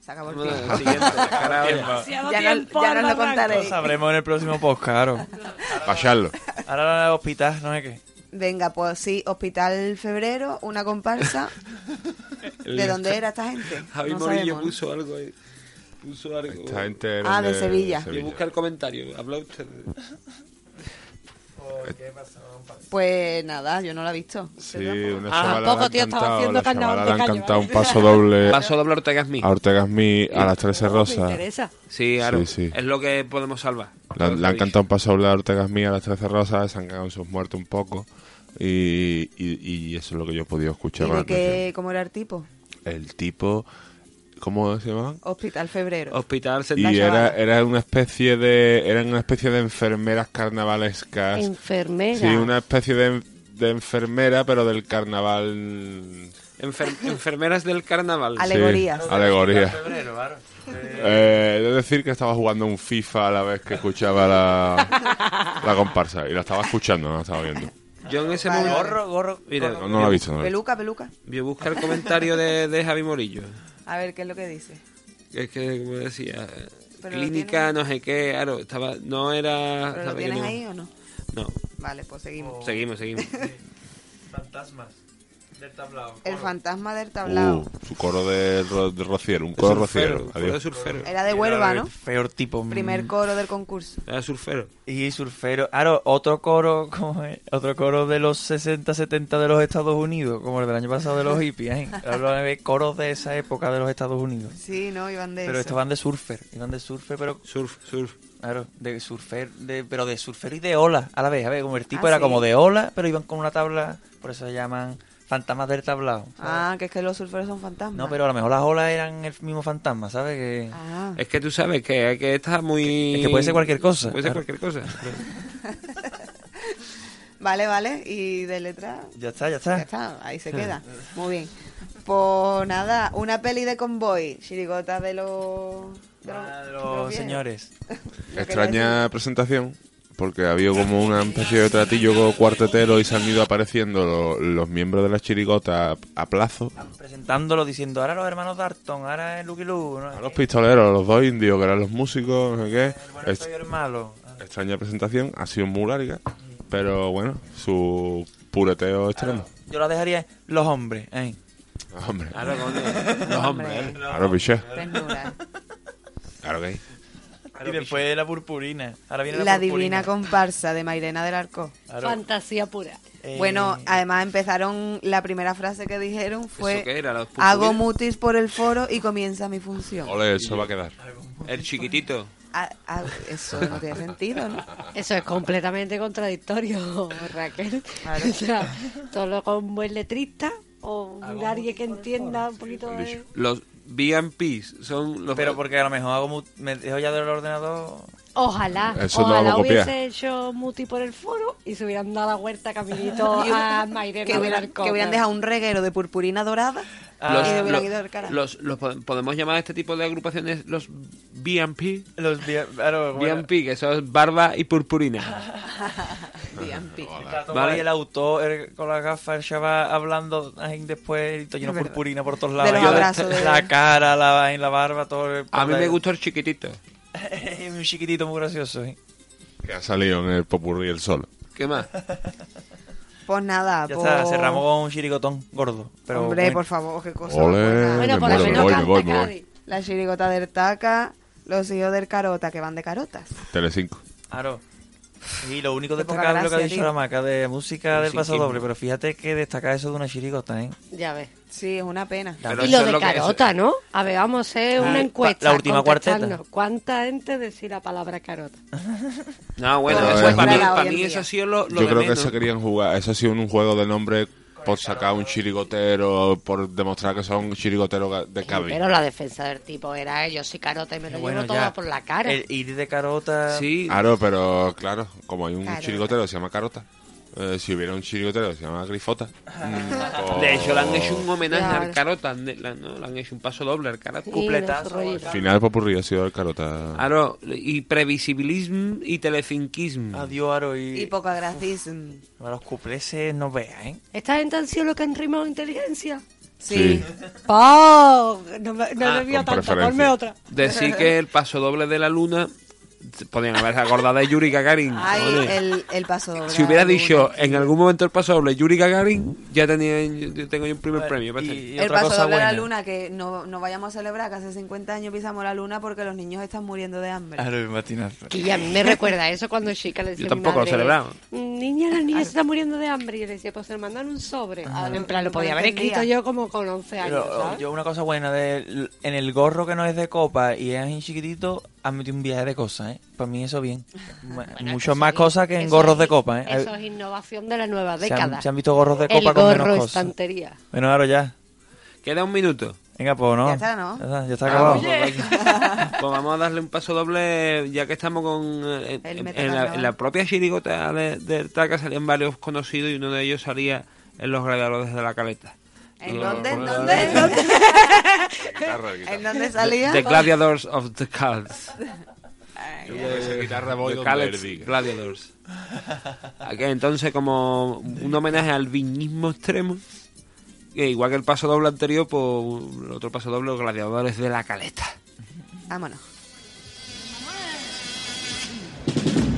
Se acabó el Bueno, tiempo. el siguiente, carajo. Ya, no, ya no lo Lo contaré. sabremos en el próximo podcast, claro. Pasarlo. Ahora la hospital, no sé qué. Venga, pues sí, Hospital Febrero, una comparsa. ¿De dónde era esta gente? Javi No Morillo sabemos. puso algo ahí. Puso algo. Esta gente era Ah, de Sevilla. Yo busqué el comentario. Habla usted. Pues nada, yo no la he visto. Sí, una Ah, chavala tampoco, le han tío, estaba cantado- haciendo la carnaval chavala de le han calle, cantado un ¿vale? paso doble Paso doble Ortega Smith. a Ortega Smith, a las 13 Me rosas. interesa. Sí, claro. Sí, sí. Es lo que podemos salvar. La- Lo que Le han habéis- cantado un paso doble a Ortega Smith, a las 13 rosas, se han cagado en sus muertos un poco. Y, y- y eso es lo que yo he podido escuchar. ¿Y con de qué, atención. cómo era el tipo? El tipo, ¿cómo se llamaba? Hospital Febrero. Oh, Hospital Sendai Y eh, era, Chavala. era una especie de eran una especie de enfermeras carnavalescas. Enfermera. Sí, una especie de, de enfermera, pero del carnaval. Enfer- enfermeras del carnaval. Ale- Alegorías. Sí, alegorías. Febrero, claro. Eh, he de decir que estaba jugando un FIFA a la vez que escuchaba la, la comparsa y la estaba escuchando, no la estaba viendo. Yo en ese Vale. momento... Gorro, gorro. Mira, No, no la he visto. No la he visto. Peluca, peluca. Yo busqué el comentario de, de Javi Morillo. A ver, ¿qué es lo que dice? Que es que, como decía, Pero lo clínica, no sé qué, claro, estaba, no Ah, era... ¿Pero lo estaba tienes pequeño. ahí o no? No, Oh, Vale, pues seguimos. seguimos, seguimos. Fantasmas. Del tablao. El fantasma del tablao. Uh, su coro de, ro- de rociero, un coro rociero. Coro de Adiós. surfero. Era de Huelva, Era ¿no? el Peor tipo. mm. Primer coro del concurso. Era surfero. Y surfero. Claro, otro coro, ¿cómo es? Otro coro de los 60, 70 de los Estados Unidos, como el del año pasado de los hippies, ¿eh? Hablan de coros de esa época de los Estados Unidos. Sí, ¿no? Iban de Pero eso. estos van de surfer, iban de surfer, pero Surf, surf. claro, de surfer, de, pero de surfer y de ola a la vez, a ver, como el tipo Ah, era sí. como de ola, pero iban con una tabla, por eso se llaman fantasmas del tablao. ¿sabes? Ah, que es que los surferos son fantasmas. No, pero a lo mejor las olas eran el mismo fantasma, ¿sabes? Que... Ah, Es que tú sabes que hay que estar muy... Es que puede ser cualquier cosa. Puede ser Claro. cualquier cosa. vale, vale. Y de letra, Ya está, ya ya está. está, ahí Ah. se queda. Muy bien. Pues nada, una peli de convoy, chirigota de los... de los- Ah, de de los los viejos. señores. quería Extraña presentación, porque había como una especie de tratillo con cuartetero y se han ido apareciendo lo- los miembros de la chirigota a, a plazo. Presentándolo diciendo, ahora los hermanos Darton, ahora es Lucky Luke, ¿no? A los pistoleros, los dos indios, que eran los músicos, no sé El qué. bueno, Ex- soy el malo. extraña presentación, ha sido muy larga, pero bueno, su pureteo extremo. Yo la dejaría los hombres, ¿eh? Hombre, Claro, coño. Los hombres. claro, piché. Ternura. Claro que Y después la purpurina. Ahora viene la, La purpurina. divina comparsa de Mairena del Arco. Claro. Fantasía pura. Eh, Bueno, además empezaron, la primera frase que dijeron ¿Eso qué fue, era? ¿Los purpurines? hago mutis por el foro y comienza mi función. Ole, eso va a quedar. El chiquitito. Ah, ah, eso no tiene sentido, ¿no? Eso es completamente contradictorio, Raquel. Claro. O sea, todo con un buen letrista o un alguien que entienda un poquito de... Los B&Ps son los... Pero porque a lo mejor hago mu- me dejo ya del ordenador. Ojalá, Eso no lo ojalá vamos a copiar. hubiese hecho muti por el foro y se hubieran dado la vuelta caminito a Mairena Que hubieran, Alarcón. que hubieran dejado un reguero de purpurina dorada Ah. y le hubieran los- ido al cara. los- los po- podemos llamar a este tipo de agrupaciones los B&P. Los vi- claro, bueno, B&P, que son barba y purpurina. B&P. está todo Vale. ahí el autor el- con las gafas, el chaval hablando ahí después, y todo lleno Es de verdad. purpurina por todos De lados. los Yo- abrazos de- La cara, la, en la barba, todo. el- A mí me gustó el chiquitito. un chiquitito muy gracioso, ¿eh? Que ha salido en el popurrí el sol. ¿Qué más? Pues nada, Ya pues- está, cerramos con un chirigotón gordo. Pero Hombre, bueno. por favor, qué cosa. Ole. buena. Bueno, por lo Me muero, me menos Eh, voy, me canta voy, me voy. Cádiz. La chirigota del taca, los hijos del carota, que van de carotas. Telecinco. Claro. Y lo único Qué poca destacable es lo que ha gracia, dicho tío. la maca de música El del paso sinquismo. doble, pero fíjate que destaca eso de una chirigota, ¿eh? Ya ves. Sí, es una pena. Pero y lo eso es de lo que- carota, ¿no? A ver, vamos a hacer Ah, una encuesta. la última contestarnos. cuarteta. ¿Cuánta gente decía la palabra carota? Ah, No, bueno, Todo eso es para, mí, fuera hoy para en mí día. eso ha sido lo, lo Yo de creo que menos. se querían jugar. Eso ha sido un juego de nombre por sacar un chirigotero, por demostrar que son chirigoteros de Cádiz. Pero la defensa del tipo era, eh, yo soy carota y me lo llevo todo por la cara. El ir de carota. Sí, Claro, pero claro, como hay un Carota. chirigotero que se llama Carota, eh, si hubiera un chirigotero que se llama Grifota. mm, o- de hecho le han hecho un homenaje Claro. al carota, le, le- ¿no? le han hecho un paso doble al carota. Y cupletazo, no se reía. Final popurrí ha sido el Carota. Claro, y previsibilismo y telecinquismo. Adiós, Aro. Y, Y poca gracism. Bueno, los cupleses no veas, ¿eh? ¿Esta gente han sido lo que han rimado inteligencia? Sí. ¡Pau! Oh, No me no Ah, me vio con tanto, preferencia. ponme otra. Decir que el paso doble de la luna podían haberse acordado de Yuri Gagarin. Ay, cojones. el, el paso doble. Si hubiera alguna. dicho en algún momento el paso doble Yuri Gagarin, ya tenía yo tengo yo un primer premio. Pues, y, parece. y El otra paso cosa doble a buena. la luna, que no, no vayamos a celebrar que hace 50 años pisamos la luna porque los niños están muriendo de hambre. Aro, imagínate. Que ya me recuerda eso cuando chica le decía Yo a mi tampoco lo madre, "Mm, celebraba. Ah. Niña, la niña se está muriendo de hambre. Y yo le decía, pues se le mandan un sobre. en plan, lo no podía lo haber escrito entendía. yo como con 11 años, Pero ¿sabes? yo una cosa buena, de, en el gorro que no es de copa y es en chiquitito, han metido un viaje de cosas, ¿eh? Para mí eso bien. Bueno, Mucho eso más es- cosas que en eso gorros es- de copa, ¿eh? Eso es innovación de la nueva se, han, década. se han visto gorros de el copa con menos gorro cosas. estantería. Bueno, Aro, ya. Queda un minuto. Venga, pues no. Ya está, ¿no? Ya está, ya está Ah, acabado. pues, pues vamos a darle un paso doble, ya que estamos con. eh, El en, en la, metacarnaval. en la propia chirigota de- del Taca salían varios conocidos y uno de ellos salía en los gladiadores de la caleta. ¿En dónde? ¿En no, dónde? ¿En dónde? Guitarra, ¿En guitarra. dónde salía? The Gladiators of the Cals. Yo con esa guitarra voy The donde él Cals diga. Gladiators. Aquí, Entonces, como un homenaje al viñismo extremo, que igual que el paso doble anterior, pues el otro paso doble, los gladiadores de la caleta. Vámonos. Thank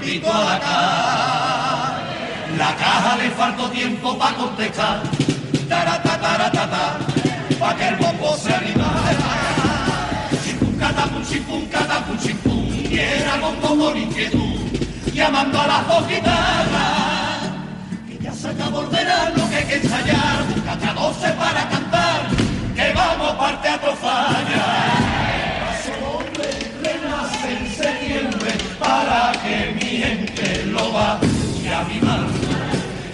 grito a la caja. La caja le faltó tiempo para contestar. Tarata, taratata, pa' que el bombo se animara. Chimpum, catapum, chimpum, catapum, chimpum. Y era bombo con inquietud, llamando a las dos guitarras. Que ya se acabó el verano, que hay que ensayar. Búscate a 12 para cantar, que vamos parte a trofalla. Nace el hombre, renace en septiembre para que mi gente lo vaya mimando.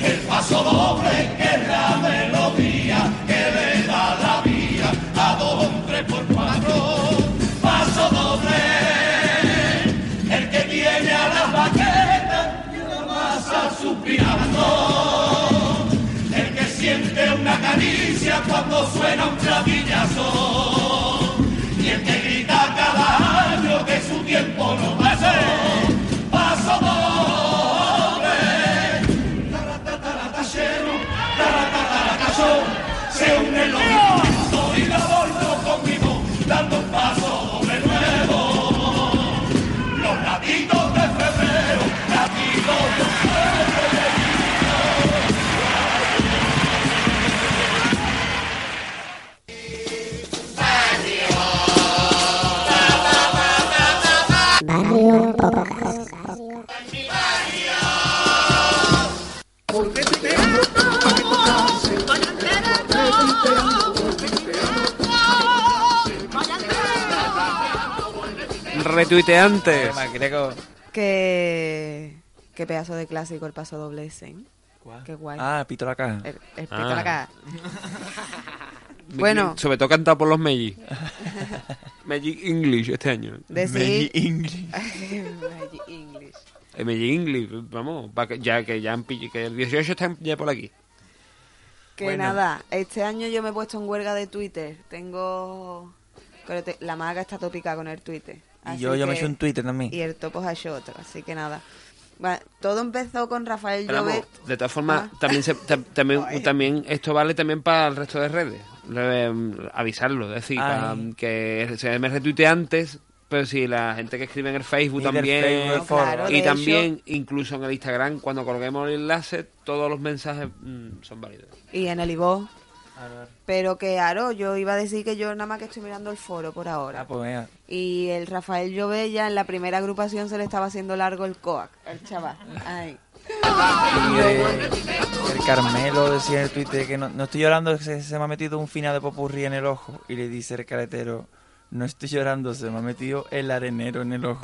El paso doble que es la melodía que le da la vía a dos hombres por cuatro. Paso doble, el que viene a las baquetas y la masa suspirando. El que siente una caricia cuando suena un clavillazo. Y el que grita cada año que su tiempo no pase. Paso doble. Taratataracachero, taratataracachón. Se une los gritos y la vuelvo conmigo, dando un paso doble nuevo. Los latidos de febrero, latidos de febrero. Retuiteantes. Tema griego. Que... Qué pedazo de clásico el paso doble ese, ¿eh? Qué guay. Eh, Ah, pito la caja. El, el pito a la Ah. cara. Bueno, Sobre todo cantado por los Meiji. Meiji English este año. decir... English. Magic English. Eh, Meiji English, vamos, pa' que- ya que ya han pill- que el 18 está ya por aquí. Que Bueno. nada, este año yo me he puesto en huelga de Twitter. Tengo... pero te- La maga está tópica con el Twitter. Y Así yo, yo me que- he hecho un Twitter también. Y el topo se ha hecho otro, así que nada. Va, todo empezó con Rafael Pero Llobet. vamos, de todas formas, Ah. también, se- tam- también, también esto vale también para el resto de redes. Re- avisarlo, es decir, para mm, Ay. que se me retuite antes, pero si la gente que escribe en el Facebook Y del también... Facebook, No, claro, forward. de y hecho- también, incluso en el Instagram, cuando colguemos el enlace, todos los mensajes mm, son válidos. Y en el Ivo. Pero que, Aro, yo iba a decir que yo nada más que estoy mirando el foro por ahora. Ah, pues venga. Y el Rafael Llobella en la primera agrupación se le estaba haciendo largo el coac, el chaval. Ay. Y de- el Carmelo decía en el Twitter que no, no estoy llorando, se, se me ha metido un final de popurrí en el ojo. Y le dice el caretero, no estoy llorando, se me ha metido el arenero en el ojo.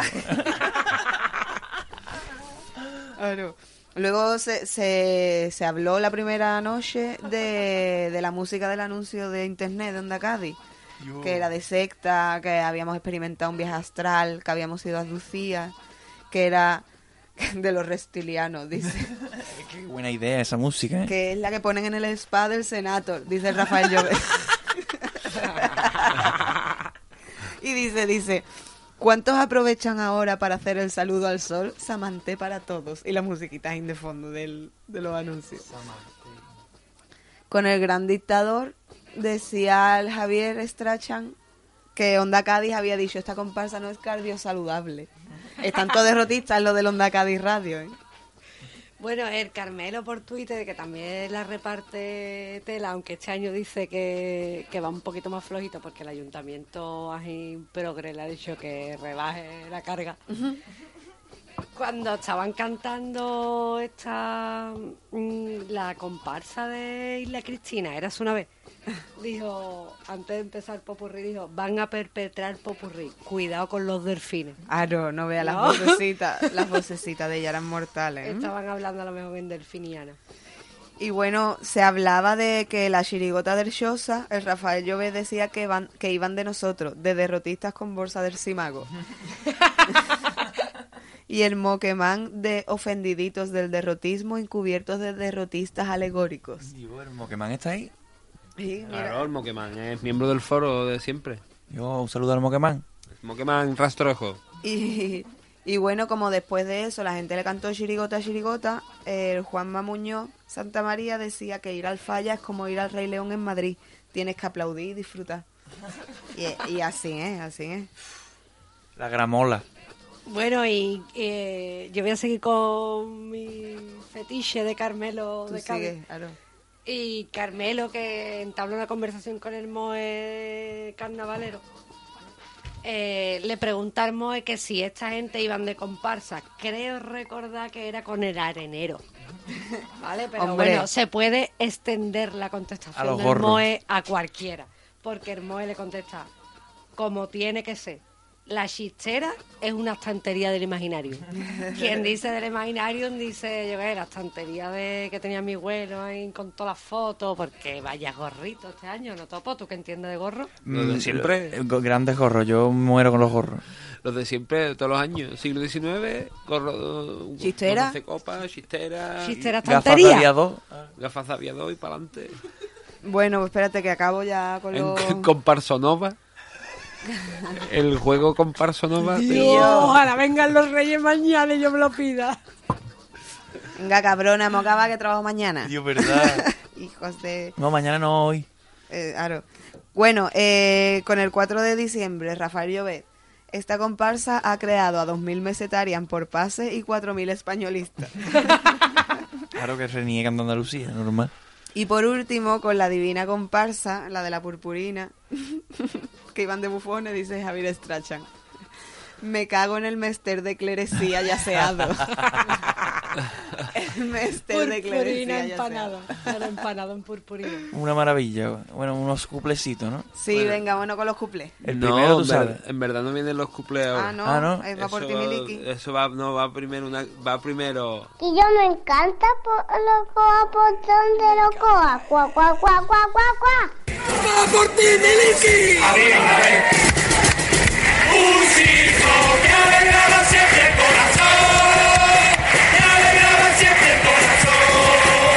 Aro. Luego se, se, se habló la primera noche de, de la música del anuncio de internet de Onda Cádiz. que era de secta, que habíamos experimentado un viaje astral, que habíamos sido aducidas, que era de los reptilianos, dice. Qué buena idea esa música, ¿eh? que es la que ponen en el spa del senator, dice Rafael Llobet. y dice, dice, ¿cuántos aprovechan ahora para hacer el saludo al sol? Samanté para todos. Y la musiquita en de fondo del- de los anuncios. Con el gran dictador decía el Javier Strachan que Onda Cádiz había dicho, esta comparsa no es cardio saludable. Están todos derrotistas en lo del Onda Cádiz Radio, ¿eh? Bueno, el Carmelo por Twitter, que también la reparte tela, aunque este año dice que, que va un poquito más flojito porque el ayuntamiento así progre le ha dicho que rebaje la carga. Cuando estaban cantando esta mm, la comparsa de Isla Cristina, eras una vez, dijo, antes de empezar Popurrí, dijo, van a perpetrar Popurrí, cuidado con los delfines. Ah, no, no vea las No. vocecitas. Las vocecitas de ella eran mortales. ¿eh? Estaban hablando a lo mejor en delfiniana. Y bueno, se hablaba de que la chirigota del Shosa, el Rafael Llobet decía que, van, que iban de nosotros, de derrotistas con bolsa del Simago. y el Moquemán de ofendiditos del derrotismo, encubiertos de derrotistas alegóricos. Y bueno, el Moquemán está ahí. Y mira, Claro, el Moqueman es miembro del foro de siempre. Yo, un saludo al Moquemán. Moqueman Rastrojo. Y, y bueno, como después de eso la gente le cantó chirigota, chirigota, el Juanma Muñoz Santa María decía que ir al Falla es como ir al Rey León en Madrid. Tienes que aplaudir y disfrutar. Y, y así es, así es. La gramola. Bueno, y eh, yo voy a seguir con mi fetiche de Carmelo Tú de Cádiz. sigues, claro. Y Carmelo, que entabló una conversación con el Moe carnavalero, eh, le pregunta al Moe que si esta gente iban de comparsa. Creo recordar que era con el arenero. ¿Vale? Pero Hombre. bueno, se puede extender la contestación A los del gorros. Moe a cualquiera. Porque el Moe le contesta, como tiene que ser. La chistera es una estantería del imaginario. Quien dice del imaginario dice, yo qué sé, la estantería de que tenía mi abuelo ahí con todas las fotos, porque vaya gorrito este año, ¿no, Topo? ¿Tú que entiendes de gorro? Lo de siempre. Eh, go- Grandes gorros, yo muero con los gorros. Los de siempre, de todos los años. Siglo XIX, gorro. Chistera. gorros de copa, chistera. Chistera Gafas de estantería. aviador. Gafas de aviador y para adelante. Bueno, pues espérate que acabo ya con los... Comparsonova. El juego Comparsonova. Dios, ojalá vengan los reyes mañana y yo me lo pida. Venga, cabrona, me acaba que trabajo mañana. Dios, verdad. Hijos de... No, mañana no, hoy. eh, aro. Bueno, eh, con el 4 de diciembre, Rafael Llobet. Esta comparsa ha creado a 2.000 mesetarian por pase y 4.000 españolistas. Claro que reniegan de Andalucía, normal. Y por último, con la divina comparsa, la de la purpurina, que iban de bufones, dice Javier Strachan. Me cago en el mester de clerecía yaceado. el mester de Purpurina clerecía empanada. yaceado. Era empanada en purpurina. Una maravilla. Bueno, unos cuplecitos, ¿no? Sí, venga, bueno, con los cuplés. El no, primero, tú en, ver- sabes. en verdad no vienen los cumpleaños. Ah, no, Ah, ¿no? ahí va por ti, Miliki. eso, eso va, no, va primero una, va primero Y yo me encanta por locoa, por donde locoa. Cuá, cuá, cuá, cuá, cuá, cuá. Un circo que alegraba siempre el corazón, que alegraba siempre el corazón,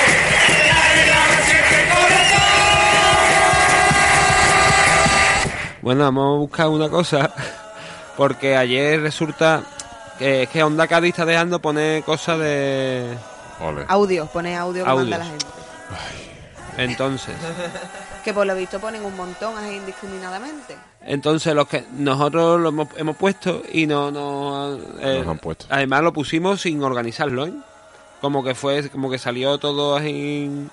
que alegraba siempre el corazón. Bueno, vamos a buscar una cosa, porque ayer resulta que es que Onda Cádiz está dejando poner cosas de... Ole. Audio, pone audio que manda Audios. la gente. Entonces, Que por lo visto ponen un montón así indiscriminadamente. entonces los que nosotros lo hemos, hemos puesto y no, no eh, Nos han puesto. Además lo pusimos sin organizarlo, ¿eh? Como que fue, como que salió todo así...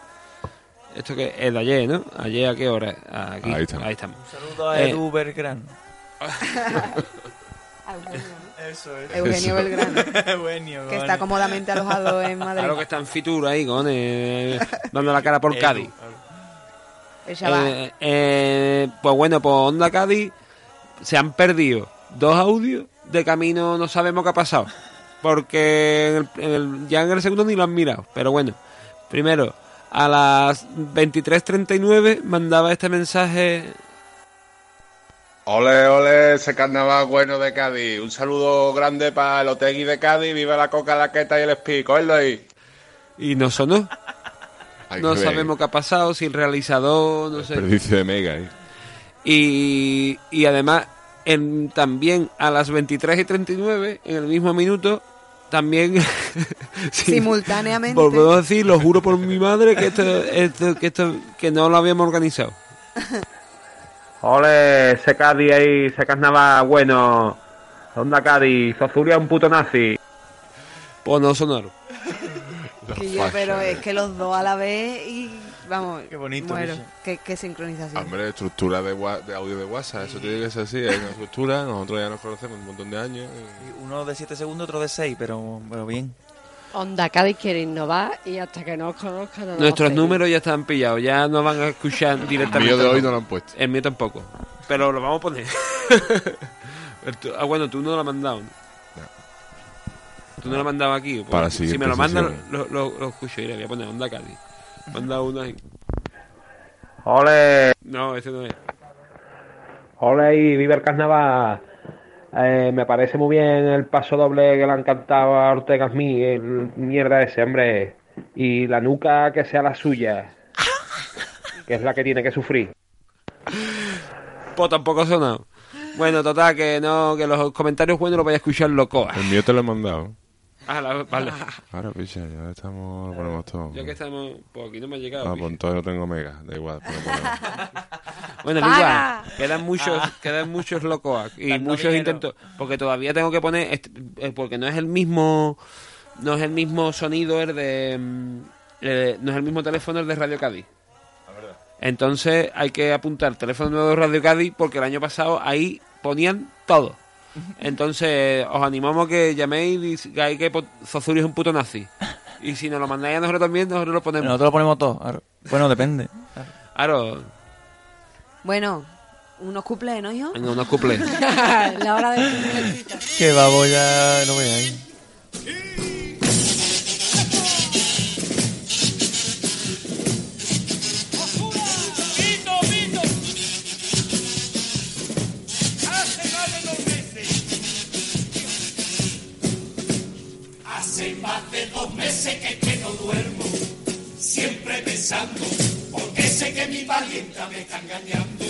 Esto que es de ayer, ¿no? Ayer a qué hora? Aquí. Ahí estamos. Ahí estamos. Saludos a Eh. Edu Belgrano. Eso es. Eugenio Belgrano, Eugenio, que está cómodamente alojado en Madrid. Claro que está en Fitur ahí, con eh, dando la cara por Cádiz. El chaval. Eh, eh, pues bueno, pues Onda Cádiz se han perdido dos audios de camino, no sabemos qué ha pasado. Porque en el- en el- ya en el segundo ni lo han mirado. Pero bueno, primero, a las 23.39 mandaba este mensaje. Ole, ole, ese carnaval bueno de Cádiz. Un saludo grande para el Otegui de Cádiz. Viva la coca, la queta y el espi. Cógelo ahí. Y no sonó. Ay, No qué Pues sabemos qué ha pasado, si el realizador, no sé. Desperdicio de mega, ¿eh? Y, y además, en, también a las 23 y 39, en el mismo minuto, también sí, Simultáneamente. Volvemos a decir, lo juro por mi madre, que esto, esto- que esto, que no lo habíamos organizado. Ole, ese Cádiz ahí, ese carnaval bueno. Onda Cádiz, Zozuria un puto nazi. Pues no sonoro. Que yo, pero eh. es que los dos a la vez y vamos. Qué bonito, muero. Misha. Qué, qué sincronización. Hombre, estructura de, wa- de audio de WhatsApp, eso tiene que ser así, hay una estructura, nosotros ya nos conocemos un montón de años. y- Uno de 7 segundos, otro de 6, pero, pero bien. Onda Cádiz quiere innovar y hasta que no os conozcan... no lo Nuestros hacéis. números ya están pillados, ya no van a escuchar El directamente. mío de hoy no lo han puesto. El mío tampoco. Pero lo vamos a poner. El tu- ah, bueno, tú no lo has mandado. ¿no? Tú no lo has mandado aquí. pues, Para la si me siguiente lo mandan, sesión. lo, lo, lo escucho. Mira, voy a poner Onda Cádiz. Manda una ahí. Ole, No, ese no es. ole y viva el carnaval. Eh, me parece muy bien el paso doble que le han cantado a Ortega Smith, el mierda ese, hombre. Y la nuca que sea la suya, que es la que tiene que sufrir. Pues tampoco ha sonado. Bueno, total, que no, que los comentarios buenos los vais a escuchar locoa. El mío te lo he mandado. Ah, la- vale. Ahora, picha, ya estamos, lo ponemos todo. Ya que estamos, pues aquí no me ha llegado. Ah, picha. pues entonces no tengo mega, da igual. pero bueno. Bueno, da Para. igual, quedan muchos, quedan muchos locoac y Ah. Tanto muchos dinero. intentos, porque todavía tengo que poner, est- eh, porque no es el mismo, no es el mismo sonido el de, mm, eh, no es el mismo teléfono el de Radio Cádiz. Ah, Entonces hay que apuntar teléfono nuevo de Radio Cádiz porque el año pasado ahí ponían todo. Entonces os animamos a que llaméis y digáis que po- Zozuri es un puto nazi. Y si nos lo mandáis a nosotros también, nosotros lo ponemos. Nosotros lo ponemos todo. Ahora- Bueno, depende. Aro, Bueno, unos cuplés, ¿no, hijo? venga, unos cuplés. La hora de... Que baboya, no veáis. Vito, Vito. Hace más de dos meses. Hace más de dos meses que, que no duermo. Siempre pensando, porque sé que mi valienta me está engañando.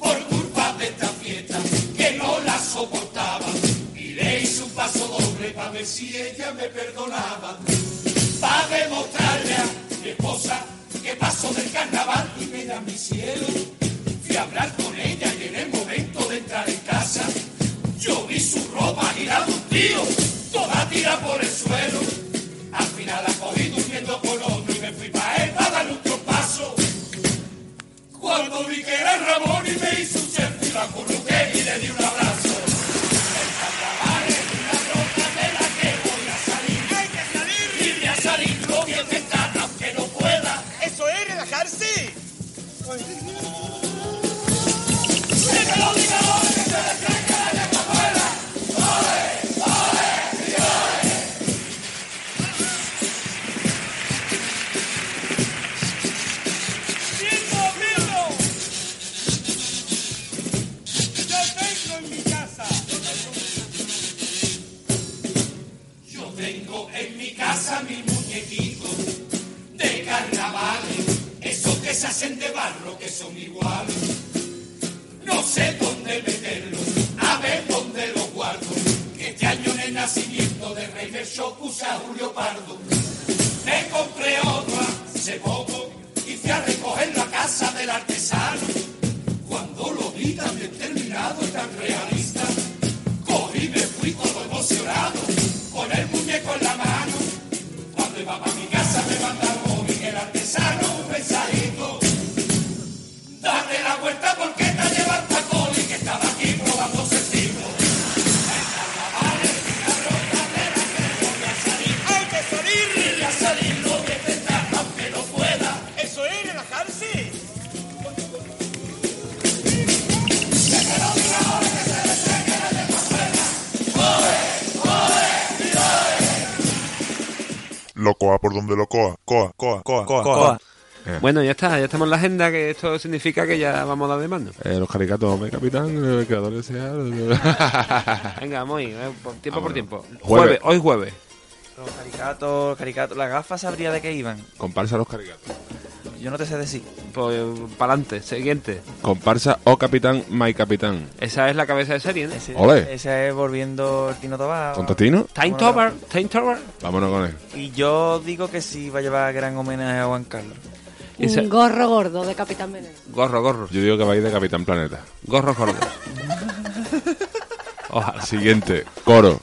Por culpa de esta fiesta, que no la soportaba. Y le hice un paso doble para ver si ella me perdonaba. Para demostrarle a mi esposa que pasó del carnaval y me da mi cielo. Fui a hablar con ella y en el momento de entrar en casa, yo vi su ropa girando un tiro, toda tira por el suelo. Al final la cogí durmiendo con otro y me fui para él para darle un trompazo. Cuando vi que era Ramón y me hizo un selfie, la acurruqué y le di un abrazo. Irme a salir, lo voy a intentar, aunque no pueda. Eso es relajarse. Yo tengo en mi casa. Yo tengo en mi casa mis muñequitos de carnavales, esos que se hacen de barro que son iguales. No sé dónde meterlos, a ver dónde los guardo. Que este año en el nacimiento de Rey del Show puse a Julio Pardo. Me compré otro hace poco y fui a recoger la casa del artesano. Cuando lo vi tan bien terminado, tan realista, cogí y me fui todo emocionado con el muñeco en la mano. Cuando iba para mi casa me mandaron móvil el artesano un mensajito. Date la vuelta porque te lleva el tacón y que estaba aquí probando sentido. El carnaval es una broma de la que voy a salir. Hay que salir. Voy a salir, lo voy a intentar aunque no pueda. Eso es relajarse. Locoa por donde lo coa. Coa, coa, coa, coa. coa. Eh. Bueno, ya está, ya estamos en la agenda, que esto significa que ya vamos a dar de mano. Eh, los caricatos, hombre, capitán, el creador de SEA. Venga, vamos ahí, eh, por- tiempo Vámonos. por tiempo. Ah. Jueves. Jueves, hoy jueves. Los caricatos, los caricatos. Las gafas sabría de qué iban. Comparsa los caricatos. Yo no te sé decir. Pues para adelante, siguiente. Comparsa o capitán, my capitán. Esa es la cabeza de serie, ¿no? Ese, Ole. ese es volviendo el Tino Tobá. ¿Con Totino? Time Vámonos. Tower, Time Tower. Vámonos con él. Y yo digo que sí va a llevar gran homenaje a Juan Carlos. Esa- Un gorro gordo de Capitán Veneno. Gorro, gorro. Yo digo que va a ir de capitán planeta. Gorro, gordo. Ojalá. Siguiente, coro.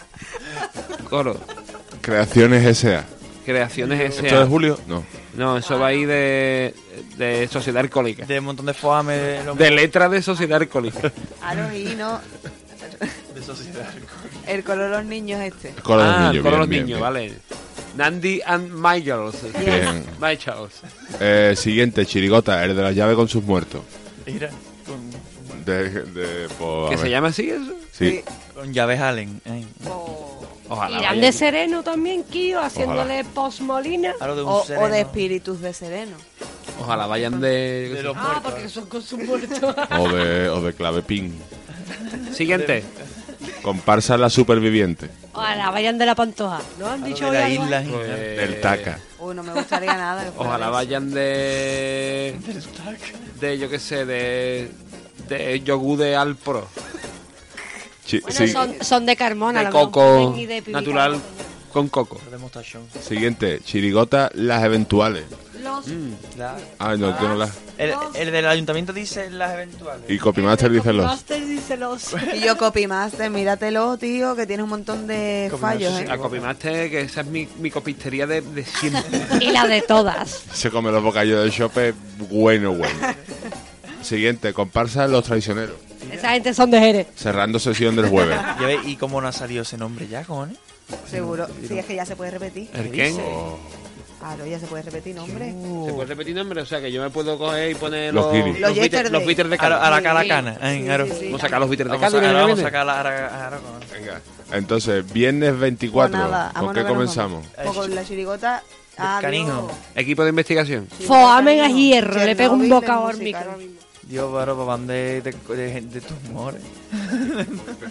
Gorro. Creaciones S.A. Creaciones ¿Esto de S.A. Julio? No. No, eso va ahí de, de Sociedad Alcohólica. De un montón de foame de, lo- De letra de Sociedad Alcohólica. Aro y no. de sociedad. El color de los niños este. Coro de ah, los niños. Coro bien, los bien, niños, bien. vale. Nandi and Michaels. Bien. Michaels. Eh, siguiente, Chirigota, el de la llave con sus muertos. Mira, con, De, de, po, a ¿Que se ver. llama así eso? Sí. con llaves Allen. ¿eh? Ay. O, Ojalá. Irán vaya. de Sereno también, Kio, haciéndole post-molina. Algo de un o- o sereno. de espíritus de sereno. Ojalá vayan de... De los Ah, muertos. porque son con su muerto. O de, o de clavepín. Siguiente. Comparsa la superviviente. Ojalá vayan de la pantoja. ¿No han dicho de hoy la algo? isla. Pues- El taca. Uy, no me gustaría nada. que fuera Ojalá eso. vayan de... De, yo qué sé, de... De yogur de Alpro. Chi- Bueno, sí- son, son de Carmona. De a lo mejor coco ponen y de pibita. natural con coco. De mostachón. Siguiente, Chirigota, las eventuales. Los Mm, Claro. Ah, no, tú no las. El, el del ayuntamiento dice las eventuales. Y Copymaster dice los. Master dice los. Y yo copymaster, míratelo, tío, que tiene un montón de fallos, ¿eh? La copimaste, que esa es mi, mi copistería de, de siempre. Y la de todas. Se come los bocadillos de chope, bueno, bueno. Siguiente, comparsa Los Traicioneros. Esa gente son de Jerez. Cerrando sesión del jueves. Ya ve, ¿Y cómo no ha salido ese nombre ya, cojones? Seguro. Sí, es que ya se puede repetir. ¿El quién? Claro, ya se puede repetir, hombre. ¿Se puede repetir nombre? O sea, que yo me puedo coger y poner Los los, guiris. Los bitters yesterday. los bitters de A, la- a Cádiz. la calacana. eh, Sí, claro. sí, sí. Vamos a sacar los bitters de Vamos a Cádiz. sacar- ¿no? vamos a sacar la- a la- a la- con- Venga. Entonces, viernes 24. Pues nada, ¿Con vámonos qué que nos comenzamos? vamos. Pues con la chirigota. Ah, Adiós. canijo. Equipo de investigación. Foamen a hierro, le pego un Chernobyl, bocado al el musical. micro. Dios, baro, papán de, de, de, de tumores.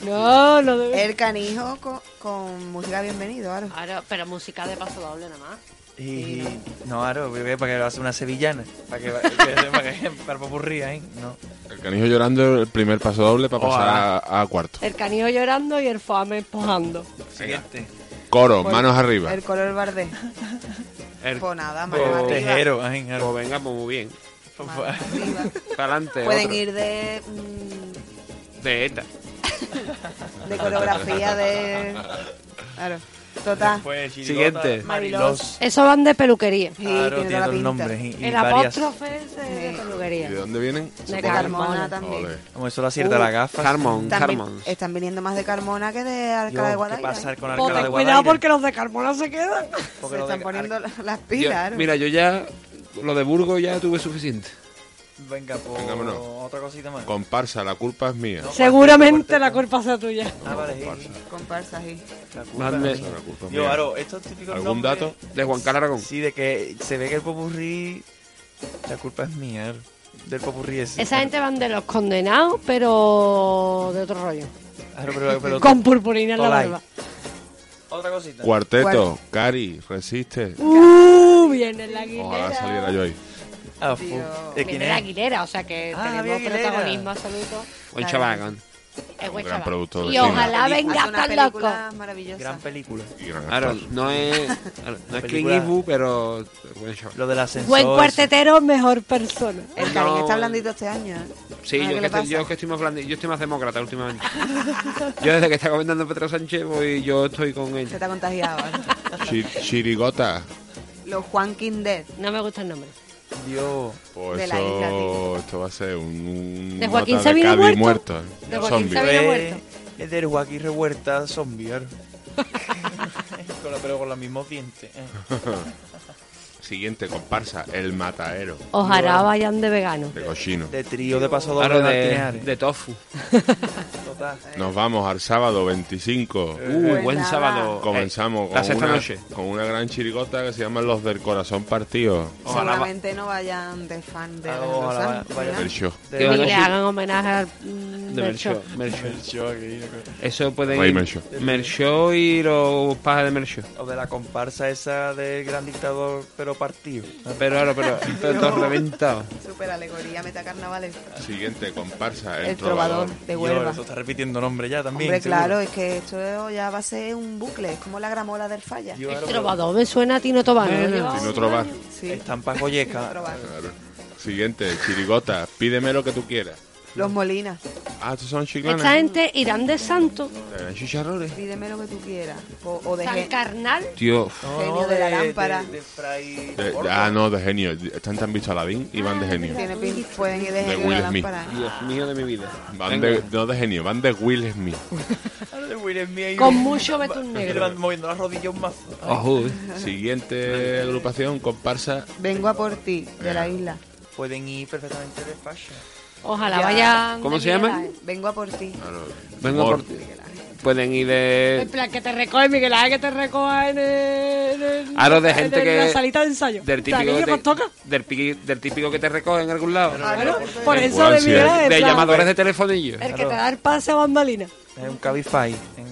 No, no debe. El canijo con, con música bienvenido, Aro. Ahora, pero música de paso doble nada más. Y. No, Aro, voy a- para que lo hace una sevillana. Para que. Para, que, para, que, para popurrí, ¿eh? No. El canijo llorando, el primer paso doble para pasar Ojalá. a, a cuarto. El canijo llorando y el foamen empujando. Siguiente. Coro, manos arriba. El color verde. El- Pues nada, mano O arriba. tejero, ¿eh? Pues Aro. venga, pues muy bien. mano arriba. Para adelante. Pueden ir de, mm, De ETA. de coreografía de... Claro. Total. Pues, chirigota, Siguiente. Marilos. Eso van de peluquería. Sí, Aro tiene tiene toda la dos pinta. nombres. Y, y El varias. apóstrofe ese de ¿Y peluquería. de dónde vienen? De Supongo- Carmona también. Ole. Como eso lo acierta la gafa. Carmon, Están, vi- Carmon. están viniendo más de Carmona que de Dios, Alcalá de ¿Qué Guadaira. pasa ¿eh? con Pues, Alcalá de cuidado Guadaira? porque los de Carmona se quedan. Porque Se lo de- están poniendo la- las Yo- pilas. Aro. mira, yo ya lo de Burgos ya tuve suficiente. Venga, pues. Venga, vámonos. Otra cosita más. Comparsa, la culpa es mía. Seguramente la culpa sea tuya. Ah, vale, sí. Comparsa, sí. La culpa. Más de, La culpa es Dios, mía. Aro, estos típicos ¿Algún nombres- dato? de Juan Carlos Aragón. Sí, de que se ve que el popurrí. La culpa es mía, Aro. Del popurrí ese. Esa gente van de los condenados, pero de otro rollo. Aro, Ah, pero, pero- Con purpurina en la Olay. barba. Otra cosita. Cuarteto, Cari, resiste. Uh, viene la Ojalá Aguilera. saliera yo ahí. Ah, fu- Tío. ¿De quién Viene la es? Aguilera, o sea que Ah, había tenemos Aguilera. protagonismo absoluto. Buen chaval. Es Un buen gran chaval. productor de Y cine. ojalá venga Hace unas tan loco. películas maravillosas. Gran película. Y gran Claro, actor. no es, no es Clint Película. Eastwood, pero buen chaval. Lo del ascensor. Buen cuartetero, mejor persona. El Karim No, está el- blandito este año, ¿eh? Sí, Ahora, ¿qué yo que, le estoy, pasa? yo que estoy más blandi- yo estoy más demócrata últimamente. yo desde que está comentando Pedro Sánchez voy, yo estoy con Se él. está contagiado. ¿eh? Chi- Chirigota. Los Juankin Dead. No me gusta el nombre. eso. Dios. Pues De la eso- isla, tío. esto va a ser un, un ¿De Joaquín nota Sabina Cádiz muerto? muerto. ¿eh? ¿De Joaquín Zombie. Sabina? Había Fue- muerto. Es del Joaquín Revuelta zombie, Aro. Con la- pero con los mismos dientes. eh. Siguiente comparsa, El Mataero, Ojalá vayan de vegano. de Cochino. De trío de paso doble Claro, de de, Martínez. de tofu. Total. Nos vamos al sábado 25. Uh, buen nada. sábado. Eh, Comenzamos Eh, la con, sexta una, noche. con una gran chirigota que se llama Los del Corazón Partido. Ojalá va- Seguramente no vayan de fan de Ah, Alejandro ojalá Sanz, vaya- ¿verdad? El show. Que Y van a le decir- hagan homenaje al mm, de Melchor. Mercho. Mercho. Eso puede Rey ir. Melchor. Mercho y los pajas de Mercho. O de la comparsa esa del gran dictador, pero partido. Pero ahora, pero, pero todo reventado. Super alegoría, meta carnavales. Siguiente comparsa, El, El trovador de Dios, Huelva. eso está repitiendo nombre ya también. Hombre, seguro. claro, es que esto ya va a ser un bucle. Es como la gramola del falla. Dios, El Aro, trovador me suena a Tino Tobano. Bueno, Lleva Tino un Trova. año. Sí. Estampa pues, joyeca. Probar. Claro. Siguiente, chirigota, pídeme lo que tú quieras. Los Molinas. Ah, estos son chiclones. Esta gente irán de santo, Eran chicharrones. Pídeme lo que tú quieras. Po- O, de tan gen- carnal. Tío, Genio de la lámpara. De, de Fray De- Borja. ah, no, de genio. Están tan visto Aladín y van de genio. tiene pin- pueden ir de De genio Will la Smith. lámpara. Dios mío de mi vida. Van Venga. de, no de genio, van de Will Smith. Ahora de Will Smith ahí. Con mucho betún negro. Le van moviendo las rodillas más. Ojo, eh. Siguiente agrupación, comparsa, Vengo a por ti, de la isla. Pueden ir perfectamente de fashion. Ojalá Ya. vayan. ¿Cómo de se llama? Miguel Ángel. Vengo a por ti. Vengo Mor- por ti. Pueden ir En de. plan, que te recoge Miguel Ángel, que te recoja en, el- en el- Aro de gente en el- que- la salita de ensayo. Del típico, Aquí que que te- nos toca. del, piqui- del típico que te recoge en algún lado. Claro, por ti. eso de Igual, Miguel sí, Ángel. de en eh, plan, Eh. llamadores de telefonillo. El que te da el pase a Bandalina. Es un Cabify. Venga.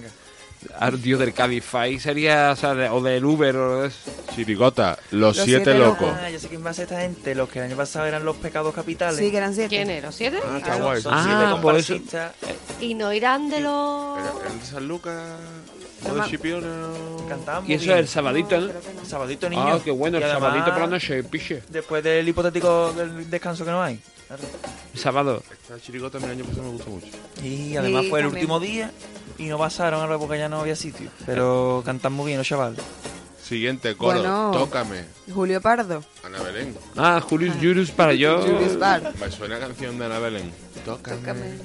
Ah, Dios, del Cabify sería, o sea, de- o del Uber o de eso. chirigota, Los Los, Siete, Siete Locos. Ah, ya sé quién va a ser esta gente. Los que el año pasado eran los pecados capitales. Sí, que eran siete. ¿Quién era? ¿Siete? Ah, está Claro, guay. Son eh, Ah, siete por eso. comparsistas. Y no irán de los. El de San Lucas. No me- Cantamos. Y eso es el sabadito, ¿no? Sabadito, niño. Ah, qué bueno, Y el además, sabadito por la noche, piche. Después del hipotético del descanso que no hay. Sábado. Esta chirigota el año pasado me gustó mucho. Y además Sí, fue el también. último día y no pasaron ahora porque ya no había sitio. Pero cantan muy bien los chavales. Siguiente coro, Bueno. tócame. Julio Pardo. Ana Belén. Ah, Julius Jurus para yo. Julius Bar. Me suena la canción de Ana Belén. Tócame.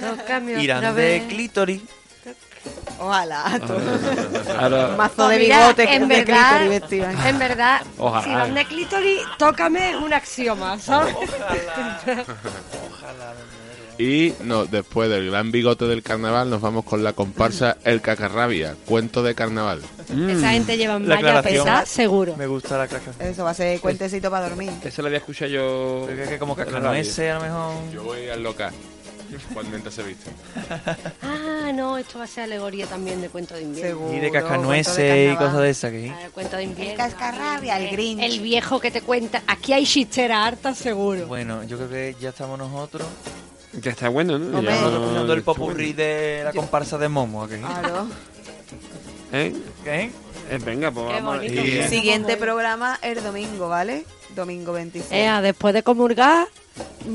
Tócame Irán otra de vez. clítoris. Ojalá. tú. Ahora- Mazo de Mira, bigote en de verdad, clítoris vestido. En verdad, Ojalá. si van de clítoris, tócame un axioma, ¿sabes? Y no, después del gran bigote del carnaval nos vamos con la comparsa El Cacarrabia, cuento de carnaval. Esa gente lleva malla pesada, seguro. Mm. Me gusta la caja. Eh, Eso va a ser cuentecito para dormir. Esa la había escuchado yo. Creo que como en la cascanueces, radio. a lo mejor. Yo voy al local. Cuando mientras se viste. Ah, no, esto va a ser alegoría también de cuento de invierno. Ah, Y de cascanueces y cosas de esas ¿eh? que. El cuento de invierno. El cascarrabia, el Grinch. El viejo que te cuenta. Aquí hay chistera harta, seguro. Bueno, yo creo que ya estamos nosotros. Ya está bueno, ¿no? Ah, Nosotros Ya no- escuchando el está popurrí bueno. de la comparsa de Momo. ¿a que? Claro. ¿Eh? ¿Qué? Eh, venga, pues Qué vamos. bonito. Y- Siguiente programa el domingo, ¿vale? Domingo 26. Ea, después de comulgar,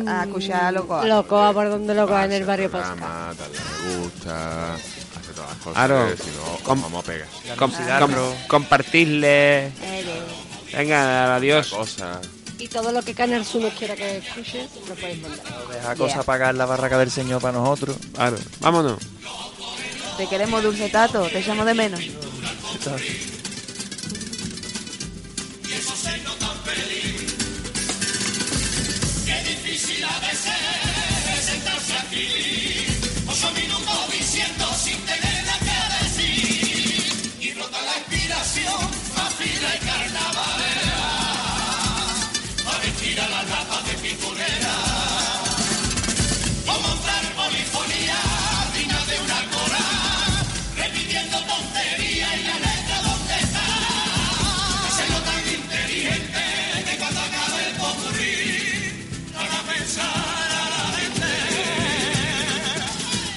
a escuchar a Locoa. locoa por donde locoa en el barrio Posca. Programa, dale me gusta, hace todas las cosas. Aro. Si no, os Com- vamos a pegar. com- com- compartirle. Venga, adiós. Eh, Y todo lo que Canal Sur nos quiera que escuche, lo puedes mandar. Deja cosa pagar la barraca del señor para nosotros. Claro, vámonos. Te queremos dulce tato, te echamos de menos. Qué difícil a veces sentarse aquí. Ocho minutos diciendo sin tener nada que decir. Y rota la inspiración, vacila y carnavalera. A vestir a las lapas de pinturera. O montar polifonía digna de una cora. Repitiendo tontería y la letra donde está. Hacerlo tan inteligente que cuando acabe el popurrí haga pensar a la gente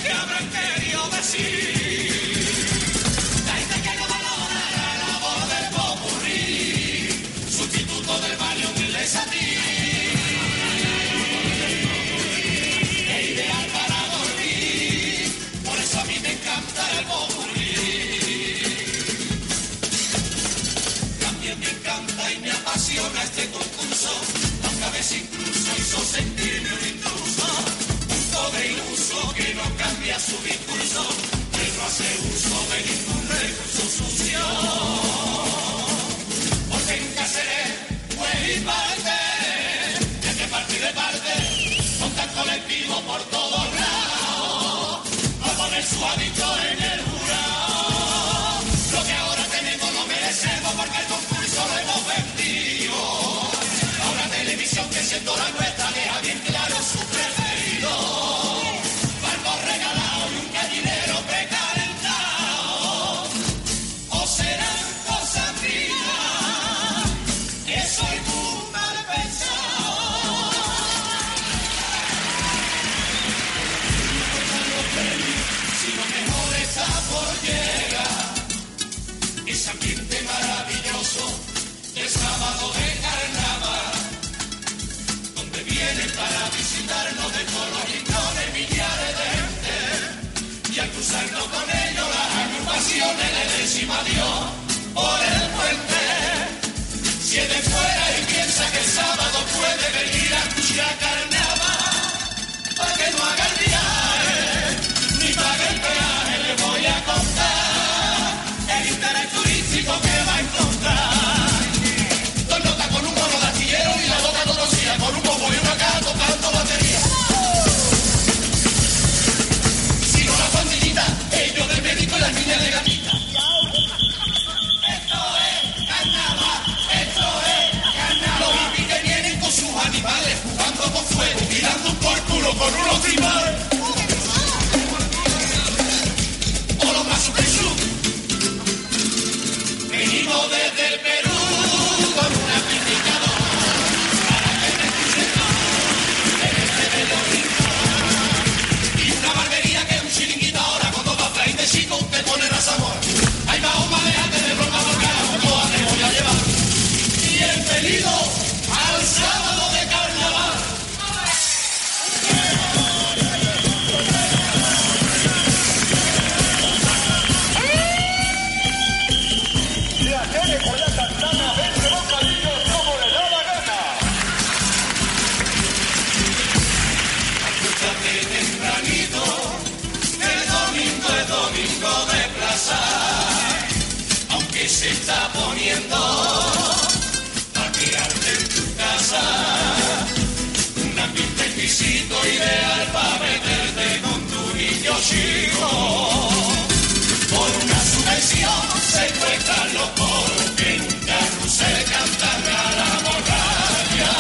que habrán querido decir. La gente que no valora la labor del popurrí, sustituto del barrio humilde es a ti. Es ideal para dormir, por eso a mí me encanta el popurrí. También me encanta y me apasiona este concurso, aunque a veces incluso hizo sentirme un intruso, un pobre iluso que no cambia su discurso, que no hace uso de ningún recurso sucio. Porque en Cáceres pues y parte, desde parte de parte, montan colectivo por todos lados, a poner su hábito en el jurado. Lo que ahora tenemos lo merecemos porque el concurso lo hemos vendido. Ahora televisión que siendo la nuestra deja bien claro su preferido. Barcos regalados y un gallinero precalentado. O serán cosas finas. Eso es un mal pensado. Si lo mejor está por llegar ese ambiente maravilloso de sábado de carnaval, donde vienen para visitarnos de todos los rincones millares de gente y al cruzarnos con ellos las agrupaciones le decimos adiós por el puente. Si es de fuera y piensa que el sábado puede venir a escuchar carnaval, para que no haga el viaje, ni pague el peaje, le voy a contar el interés turístico que va a encontrar. Dos notas con un mono de astillero y la boca conocida con un bombo y una caja tocando batería. Si no la pandillita, el que se está poniendo a tirarte en tu casa. Un ambiente exquisito ideal para meterte con tu niño chico. Por una subvención secuestran los coros que en un carrusel cantan a la borracha.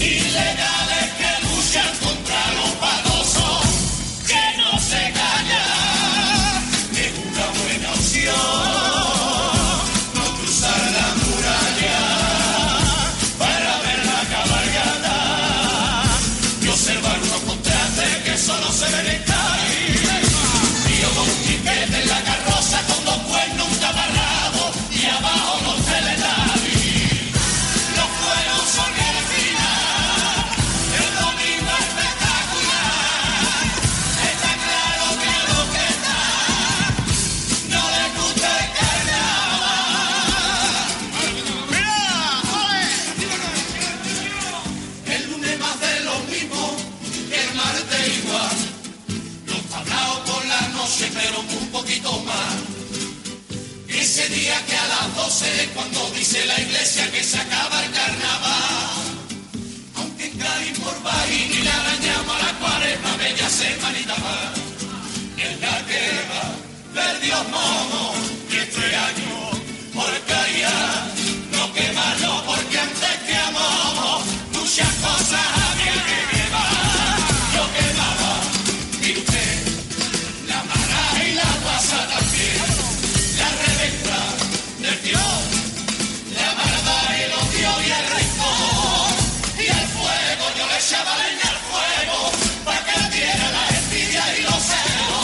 Ilegales que luchan contra los patosos que no se callan. Es una buena opción no cruzar la muralla para ver la cabalgata y observar unos contrastes que solo se ven en Cali. Tío con un chiquete en la carroza, con dos cuernos, un taparrabo y abajo los teletubbies. Los cuernos son el final, el domingo espectacular. Está claro que a lo que está no les gusta el carnaval. ¡Mira! ¡Ole! El lunes más de lo mismo, el martes igual. Los tablaos por la noche, pero un poquito más. Ese día que a las 12 es cuando dice la iglesia que se acaba el carnaval. Aunque en Cádiz por Bahín y le arañamos a la cuaresma, bella semanita más. En la guerra perdió mono y este año porcaría no quemarlo porque antes que a mono muchas cosas había que quemar. Yo quemaba y usted, la maraja y la guasa también, la reventa del Dios, la maldad, el odio y el rencor. Y al fuego yo le echaba leña al fuego, pa' que ardiera la envidia y los celos.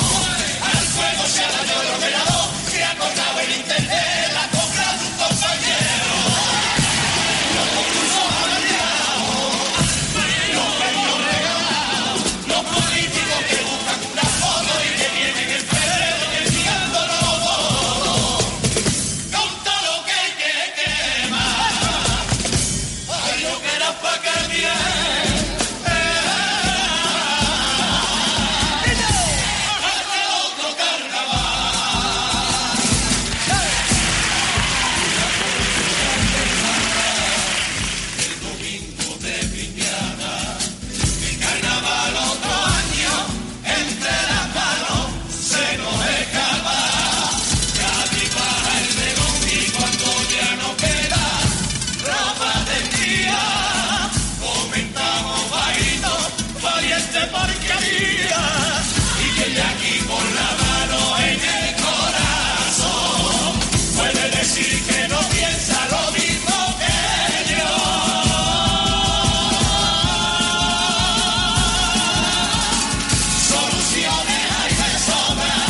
Al fuego se yo el ordenador, que acordaba el internet, la compra de un compañero. Los concursos abreviados, los premios regalados, los políticos que buscan una foto y que vienen en febrero explicándolo todo. Conta lo que hay que quemar. Ay, lo que era pa' que ardiera. El carnaval otro año entre las manos se nos escapa. Casi para el demonio y cuando ya no queda ropa de día, comentamos bailos, valiente porquería. Y que aquí con la mano en el corazón puede decir que no piensa lo mismo que yo. Soluciones hay de sobra.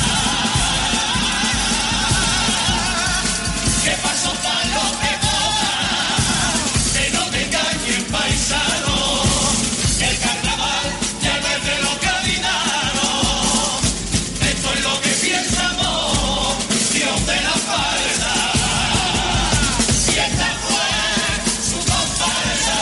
Que paso tan los que jodan, que no te engañen paisano. El carnaval ya no es de los gaditanos. Esto es lo que piensamos, Dios de la falsa. Y esta fue su comparsa.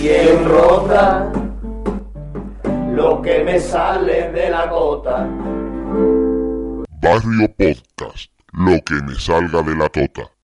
y en rota lo que me sale de la gota. Barrio Podcast, lo que me salga de la tota.